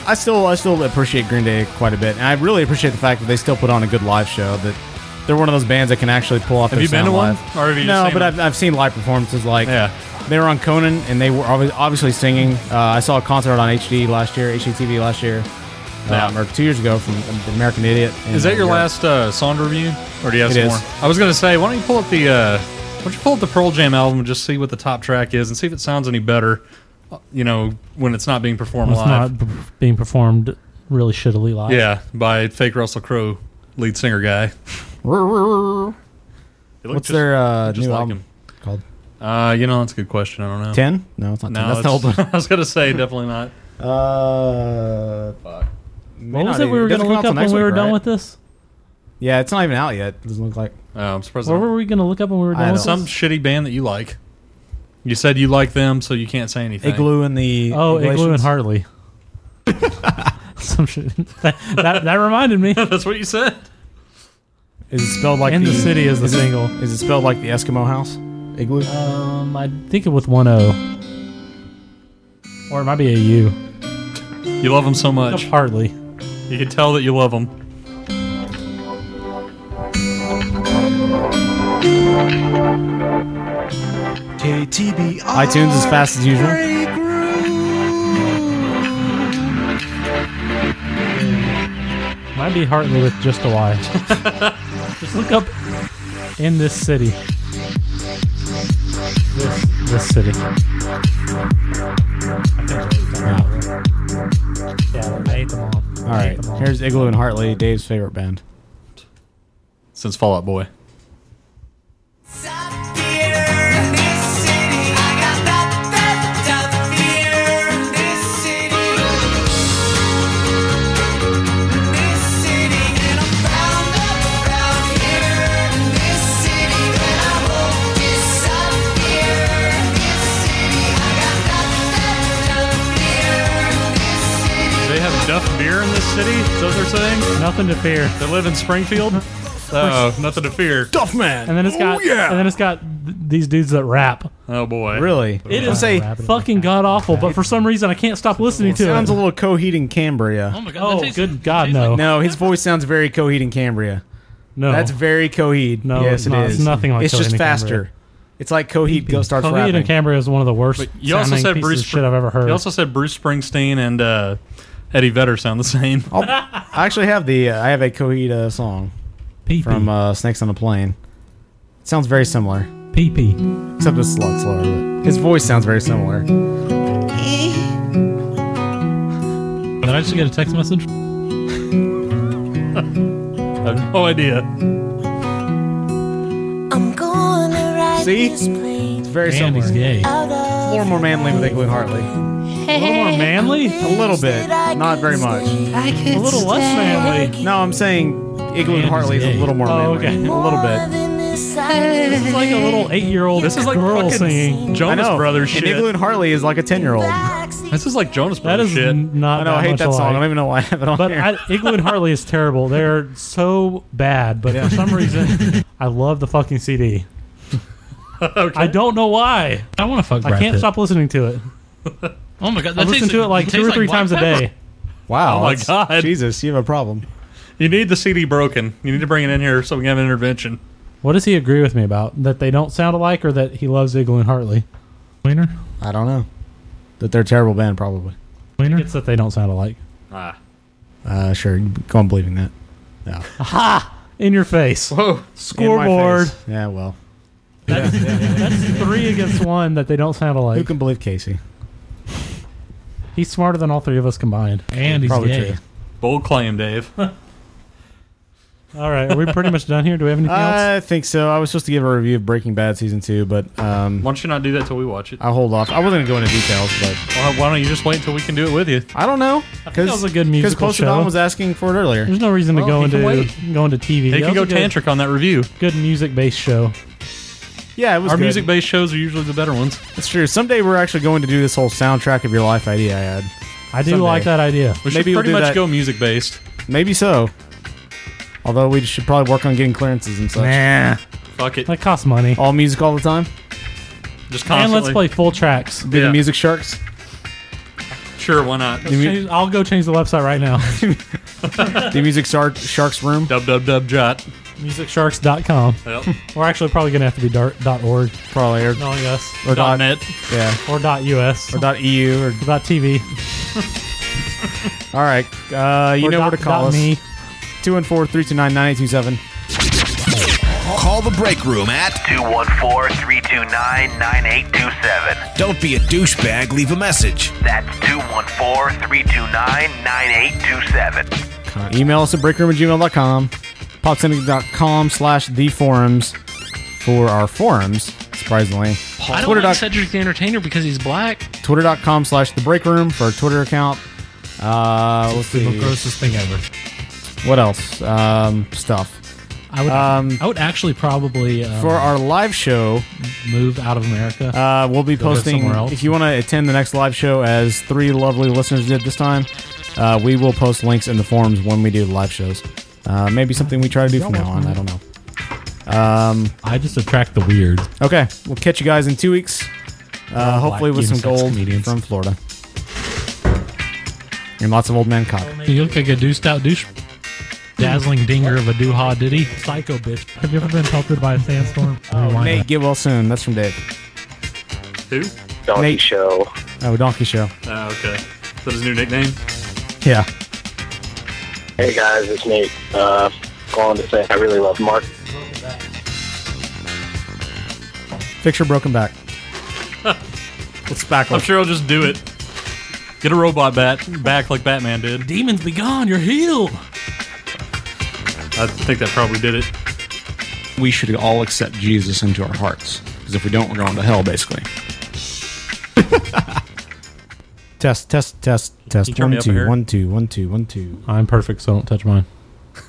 [SPEAKER 6] I still I still appreciate Green Day quite a bit, and I really appreciate the fact that they still put on a good live show. That they're one of those bands that can actually pull off.
[SPEAKER 7] Have
[SPEAKER 6] their
[SPEAKER 7] you been
[SPEAKER 6] sound
[SPEAKER 7] to one?
[SPEAKER 6] live.
[SPEAKER 7] Or have you just
[SPEAKER 6] no,
[SPEAKER 7] seen
[SPEAKER 6] but
[SPEAKER 7] them?
[SPEAKER 6] I've, I've seen live performances. Like they were on Conan, and they were obvi- obviously singing. Uh, I saw a concert on HD last year, HDTV last year,
[SPEAKER 7] Yeah.
[SPEAKER 6] um, or two years ago from um, American Idiot.
[SPEAKER 7] Is that your last uh, song review, or do you have
[SPEAKER 6] It
[SPEAKER 7] some
[SPEAKER 6] is.
[SPEAKER 7] more? I was gonna say, why don't you pull up the uh, why don't you pull up the Pearl Jam album and just see what the top track is and see if it sounds any better. uh, You know, when it's not being performed
[SPEAKER 2] It's
[SPEAKER 7] live.
[SPEAKER 2] not b- being performed really shittily live.
[SPEAKER 7] Yeah, by fake Russell Crowe, lead singer guy. It looked
[SPEAKER 6] What's
[SPEAKER 7] just-
[SPEAKER 6] their uh,
[SPEAKER 7] just
[SPEAKER 6] new
[SPEAKER 7] like
[SPEAKER 6] album
[SPEAKER 7] him.
[SPEAKER 6] called?
[SPEAKER 7] Uh, you know, that's a good question. I don't know.
[SPEAKER 6] 10? No, it's not 10.
[SPEAKER 7] No,
[SPEAKER 6] That's the
[SPEAKER 7] it's-
[SPEAKER 6] old one.
[SPEAKER 7] I was gonna say definitely not.
[SPEAKER 6] Uh,
[SPEAKER 2] What was it we were going to look up when we were done with this?
[SPEAKER 6] Yeah, it's not even out yet. It doesn't look like.
[SPEAKER 7] Uh, I'm surprised.
[SPEAKER 2] What were we going to look up when we were done with
[SPEAKER 7] some
[SPEAKER 2] this?
[SPEAKER 7] shitty band that you like. You said you like them, so you can't say anything.
[SPEAKER 6] Igloo and the
[SPEAKER 2] Oh, Igloo
[SPEAKER 7] Iglesias?
[SPEAKER 2] and Hartley. some shit. That, that, that reminded me.
[SPEAKER 7] That's what you said.
[SPEAKER 6] Is it spelled like
[SPEAKER 2] In the City is the
[SPEAKER 6] is it-
[SPEAKER 2] single.
[SPEAKER 6] Is it spelled like the Eskimo House? Igloo.
[SPEAKER 2] Um, I think it with one O. Or it might be a U.
[SPEAKER 7] You love them so much.
[SPEAKER 2] Hardly.
[SPEAKER 7] You can tell that you love them.
[SPEAKER 6] KTB. iTunes as fast as usual.
[SPEAKER 2] Might be Hartley with just a Y. just look up in this city. This, this city. Yeah, I hate them all.
[SPEAKER 6] All right, here's Igloo and Hartley, Dave's favorite band.
[SPEAKER 7] Since Fall Out Boy. They have Duff beer in this city? Is that what they're saying?
[SPEAKER 2] Nothing to fear.
[SPEAKER 7] They live in Springfield? oh, nothing to fear.
[SPEAKER 6] Duff man.
[SPEAKER 2] And then it's got and then it's got th- these dudes that rap.
[SPEAKER 7] Oh boy.
[SPEAKER 6] Really?
[SPEAKER 2] It is a fucking god awful, but for some reason I can't stop listening to it.
[SPEAKER 6] sounds a little Coheed and Cambria.
[SPEAKER 2] Oh my god! Oh good god, no!
[SPEAKER 6] No, his voice sounds very Coheed and Cambria.
[SPEAKER 2] No.
[SPEAKER 6] that's very Coheed.
[SPEAKER 2] Oh. No,
[SPEAKER 6] yes,
[SPEAKER 2] it's not.
[SPEAKER 6] it is.
[SPEAKER 2] It's nothing like
[SPEAKER 6] It's
[SPEAKER 2] Coheed
[SPEAKER 6] just
[SPEAKER 2] and Cambria.
[SPEAKER 6] faster. It's like Coheed go starts
[SPEAKER 2] Coheed
[SPEAKER 6] rapping.
[SPEAKER 2] and Cambria is one of the worst
[SPEAKER 7] You also
[SPEAKER 2] sounding
[SPEAKER 7] said
[SPEAKER 2] pieces
[SPEAKER 7] Bruce
[SPEAKER 2] of shit I've ever heard.
[SPEAKER 7] You also said Bruce Springsteen and uh, Eddie Vedder sound the same.
[SPEAKER 6] I actually have the uh, I have a Coheed uh, song
[SPEAKER 2] Hmm.
[SPEAKER 6] from uh, Snakes on a Plane. It sounds very similar.
[SPEAKER 2] Pee pee.
[SPEAKER 6] Except it's a lot slower. But his voice sounds very similar.
[SPEAKER 2] Did I just get a text message?
[SPEAKER 7] I have no idea.
[SPEAKER 26] I'm gonna ride
[SPEAKER 6] See?
[SPEAKER 26] this plane
[SPEAKER 6] It's very
[SPEAKER 26] And
[SPEAKER 6] similar.
[SPEAKER 26] he's gay. out
[SPEAKER 6] A
[SPEAKER 26] of
[SPEAKER 6] little more manly with Igloo and Hartley.
[SPEAKER 26] A little more manly?
[SPEAKER 6] A little bit. Not very much.
[SPEAKER 26] I could
[SPEAKER 2] A little less
[SPEAKER 26] stay
[SPEAKER 2] manly.
[SPEAKER 6] No, I'm saying Igloo and Hartley is a little more
[SPEAKER 2] Oh,
[SPEAKER 6] manly.
[SPEAKER 2] okay.
[SPEAKER 6] A little bit.
[SPEAKER 26] This
[SPEAKER 2] is like a little
[SPEAKER 26] eight-year-old
[SPEAKER 2] This is like girl
[SPEAKER 7] fucking
[SPEAKER 2] singing
[SPEAKER 7] Jonas
[SPEAKER 6] I know.
[SPEAKER 7] Brothers shit.
[SPEAKER 6] And Igloo and Harley is like a 10 year old.
[SPEAKER 7] This is like Jonas Brothers.
[SPEAKER 2] That is not.
[SPEAKER 6] I know,
[SPEAKER 2] That
[SPEAKER 6] I hate
[SPEAKER 2] much
[SPEAKER 6] that song.
[SPEAKER 2] alike.
[SPEAKER 6] I don't even know why I have it on
[SPEAKER 2] But
[SPEAKER 6] here.
[SPEAKER 2] I, Igloo and Harley is terrible. They're so bad, but for some reason, I love the fucking CD. I don't know why.
[SPEAKER 3] I want to fuck.
[SPEAKER 2] I
[SPEAKER 3] Brad
[SPEAKER 2] can't
[SPEAKER 3] Pitt.
[SPEAKER 2] stop listening to it.
[SPEAKER 3] Oh my god,
[SPEAKER 2] I
[SPEAKER 3] that
[SPEAKER 2] listen
[SPEAKER 3] tastes-
[SPEAKER 2] to it like
[SPEAKER 3] that
[SPEAKER 2] two
[SPEAKER 3] tastes
[SPEAKER 2] or three
[SPEAKER 3] black
[SPEAKER 2] times a
[SPEAKER 3] pepper.
[SPEAKER 2] day.
[SPEAKER 6] Wow.
[SPEAKER 7] Oh my
[SPEAKER 6] that's-
[SPEAKER 7] God.
[SPEAKER 6] Jesus, you have a problem.
[SPEAKER 7] You need the CD broken. You need to bring it in here so we can have an intervention.
[SPEAKER 2] What does he agree with me about? That they don't sound alike, or that he loves Igloo and Hartley? Wiener.
[SPEAKER 6] I don't know. That they're a terrible band, probably.
[SPEAKER 2] Wiener. It's that they don't sound alike.
[SPEAKER 7] Ah.
[SPEAKER 6] Uh, sure. you Go on believing that. No.
[SPEAKER 2] Aha! In your face. Whoa. Scoreboard.
[SPEAKER 6] In my face. Yeah, well.
[SPEAKER 2] That's, that's three against one that they don't sound alike.
[SPEAKER 6] Who can believe Casey?
[SPEAKER 2] He's smarter than all three of us combined. And
[SPEAKER 6] he's Probably gay. true.
[SPEAKER 7] Bold claim, Dave.
[SPEAKER 2] All right, are we pretty much done here? Do we have anything else?
[SPEAKER 6] I think so. I was supposed to give a review of Breaking Bad season two, but um,
[SPEAKER 7] Why don't you not do that till we watch it?
[SPEAKER 6] I'll hold off. I wasn't going to go into details, but
[SPEAKER 7] Why why don't you just wait until we can do it with you?
[SPEAKER 6] I don't know. I
[SPEAKER 2] that was a good musical
[SPEAKER 6] Close to Dawn
[SPEAKER 2] show. Mm-hmm.
[SPEAKER 6] was asking for it earlier.
[SPEAKER 2] There's no reason to
[SPEAKER 6] Well,
[SPEAKER 2] go
[SPEAKER 6] he can
[SPEAKER 2] into
[SPEAKER 6] wait.
[SPEAKER 2] go into TV.
[SPEAKER 7] They
[SPEAKER 2] That
[SPEAKER 7] can go
[SPEAKER 2] was a good-
[SPEAKER 7] tantric on that review.
[SPEAKER 2] Good music based show.
[SPEAKER 6] Yeah, it was
[SPEAKER 7] Our
[SPEAKER 6] good.
[SPEAKER 7] music based shows are usually the better ones.
[SPEAKER 6] It's true. Someday we're actually going to do this whole soundtrack of your life idea I had.
[SPEAKER 2] I do
[SPEAKER 6] Someday.
[SPEAKER 2] like that idea.
[SPEAKER 7] We should
[SPEAKER 6] Maybe we'll
[SPEAKER 7] pretty
[SPEAKER 6] do
[SPEAKER 7] much
[SPEAKER 6] that.
[SPEAKER 7] go music based.
[SPEAKER 6] Maybe so. Although we should probably work on getting clearances and such.
[SPEAKER 2] Nah.
[SPEAKER 7] Fuck it.
[SPEAKER 2] That costs money.
[SPEAKER 6] All music all the time.
[SPEAKER 7] Just
[SPEAKER 2] And
[SPEAKER 7] constantly.
[SPEAKER 2] let's play full tracks.
[SPEAKER 6] Be the music sharks.
[SPEAKER 7] Sure, why not?
[SPEAKER 2] Let's change- I'll go change the website right now.
[SPEAKER 6] The music sar- sharks room.
[SPEAKER 7] Dub dub dub jot.
[SPEAKER 2] MusicSharks.com.
[SPEAKER 7] Yep.
[SPEAKER 2] We're actually probably going to have to be dart, dot .org.
[SPEAKER 6] Probably. Or,
[SPEAKER 2] Knowing us.
[SPEAKER 6] or
[SPEAKER 7] Dot net.
[SPEAKER 6] Yeah.
[SPEAKER 2] Or dot .us.
[SPEAKER 6] Or dot EU. Or
[SPEAKER 2] dot .tv.
[SPEAKER 6] all right. Uh, you
[SPEAKER 2] Or
[SPEAKER 6] know
[SPEAKER 2] dot-
[SPEAKER 6] where to call
[SPEAKER 2] dot
[SPEAKER 6] us.
[SPEAKER 2] me.
[SPEAKER 6] 214 329 9827.
[SPEAKER 1] Call the break room at 214 329 9827. Don't be a douchebag, leave a message. That's 214 329 9827.
[SPEAKER 6] Email us at breakroom at gmail.com, popsyndicate.com slash the forums for our forums, surprisingly.
[SPEAKER 3] I don't like Cedric the Entertainer because he's black.
[SPEAKER 6] Twitter.com slash the break room for our Twitter account. Uh, let's
[SPEAKER 3] the
[SPEAKER 6] see.
[SPEAKER 3] grossest thing ever.
[SPEAKER 6] What else? Um, stuff.
[SPEAKER 2] I would,
[SPEAKER 6] Um,
[SPEAKER 2] I would actually probably um,
[SPEAKER 6] For our live show,
[SPEAKER 2] move out of America.
[SPEAKER 6] uh, we'll be
[SPEAKER 2] Go live
[SPEAKER 6] posting.
[SPEAKER 2] somewhere else.
[SPEAKER 6] If you want to attend the next live show, as three lovely listeners did this time, uh, we will post links in the forums when we do the live shows. Uh, maybe something we try to do from now on. I don't know. Um,
[SPEAKER 2] I just attract the weird.
[SPEAKER 6] Okay, we'll catch you guys in two weeks. Uh, hopefully with some
[SPEAKER 2] unisex
[SPEAKER 6] gold
[SPEAKER 2] comedians.
[SPEAKER 6] from Florida and lots of old man cock.
[SPEAKER 2] You look like a deuced out douche. Dazzling dinger of a dooha diddy. Psycho bitch. Oh, Have you ever been pelted by a sandstorm?
[SPEAKER 6] Nate, get well soon. That's from Dave.
[SPEAKER 7] Who?
[SPEAKER 6] Donkey Show. Oh, Donkey Show.
[SPEAKER 7] Ah, okay. Is that his new nickname?
[SPEAKER 6] Yeah.
[SPEAKER 10] Hey guys, it's Nate. Uh, calling to say I really love Mark.
[SPEAKER 6] Fix your broken back. Let's back
[SPEAKER 7] I'm sure I'll just do it. Get a robot bat back like Batman did.
[SPEAKER 2] Demons be gone, you're healed.
[SPEAKER 7] I think that probably did it.
[SPEAKER 5] We should all accept Jesus into our hearts. Because if we don't, we're going to hell, basically.
[SPEAKER 6] Test, test, test, test.
[SPEAKER 2] turn me
[SPEAKER 6] One
[SPEAKER 2] up here?
[SPEAKER 6] two, one two, one two, one two.
[SPEAKER 2] I'm perfect, so don't touch mine.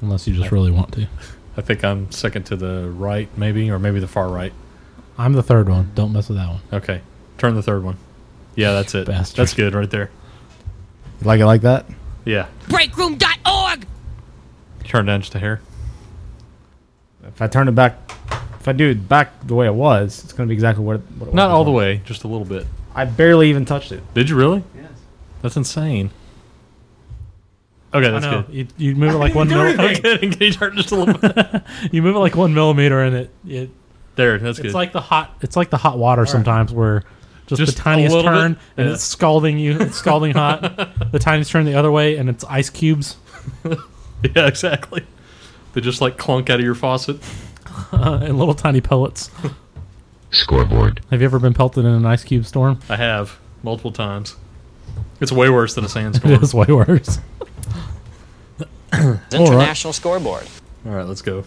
[SPEAKER 2] Unless you just really want to.
[SPEAKER 7] I think I'm second to the right, maybe, or maybe the far right.
[SPEAKER 2] I'm the third one. Don't mess with that one.
[SPEAKER 7] Okay. Turn the third one. Yeah, that's it.
[SPEAKER 2] Bastard.
[SPEAKER 7] That's good right there.
[SPEAKER 6] You like it like that?
[SPEAKER 7] Yeah.
[SPEAKER 23] Breakroom.org.
[SPEAKER 7] Turn down just a hair.
[SPEAKER 6] If I turn it back, if I do it back the way it was, it's going to be exactly what it, what it
[SPEAKER 7] Not
[SPEAKER 6] was.
[SPEAKER 7] all the way, just a little bit.
[SPEAKER 6] I barely even touched it.
[SPEAKER 7] Did you really? Yes. That's insane. Okay, that's
[SPEAKER 2] I know.
[SPEAKER 7] good.
[SPEAKER 2] You, you move it like one
[SPEAKER 7] I'm
[SPEAKER 2] millimeter.
[SPEAKER 7] kidding. Can you turn just a little bit?
[SPEAKER 2] you move it like one millimeter, and it, it
[SPEAKER 7] There, that's good.
[SPEAKER 2] it's like the hot it's like the hot water sometimes where just,
[SPEAKER 7] Just a
[SPEAKER 2] the tiniest
[SPEAKER 7] little bit?
[SPEAKER 2] turn and
[SPEAKER 7] Yeah.
[SPEAKER 2] it's scalding you, it's scalding hot. The tiniest turn the other way and it's ice cubes.
[SPEAKER 7] yeah, exactly. They just like clunk out of your faucet.
[SPEAKER 2] and little tiny pellets.
[SPEAKER 7] Scoreboard.
[SPEAKER 2] Have you ever been pelted in an ice cube storm?
[SPEAKER 7] I have multiple times. It's way worse than a sandstorm.
[SPEAKER 2] It is way worse.
[SPEAKER 7] All right.
[SPEAKER 30] International scoreboard.
[SPEAKER 7] All right, let's go.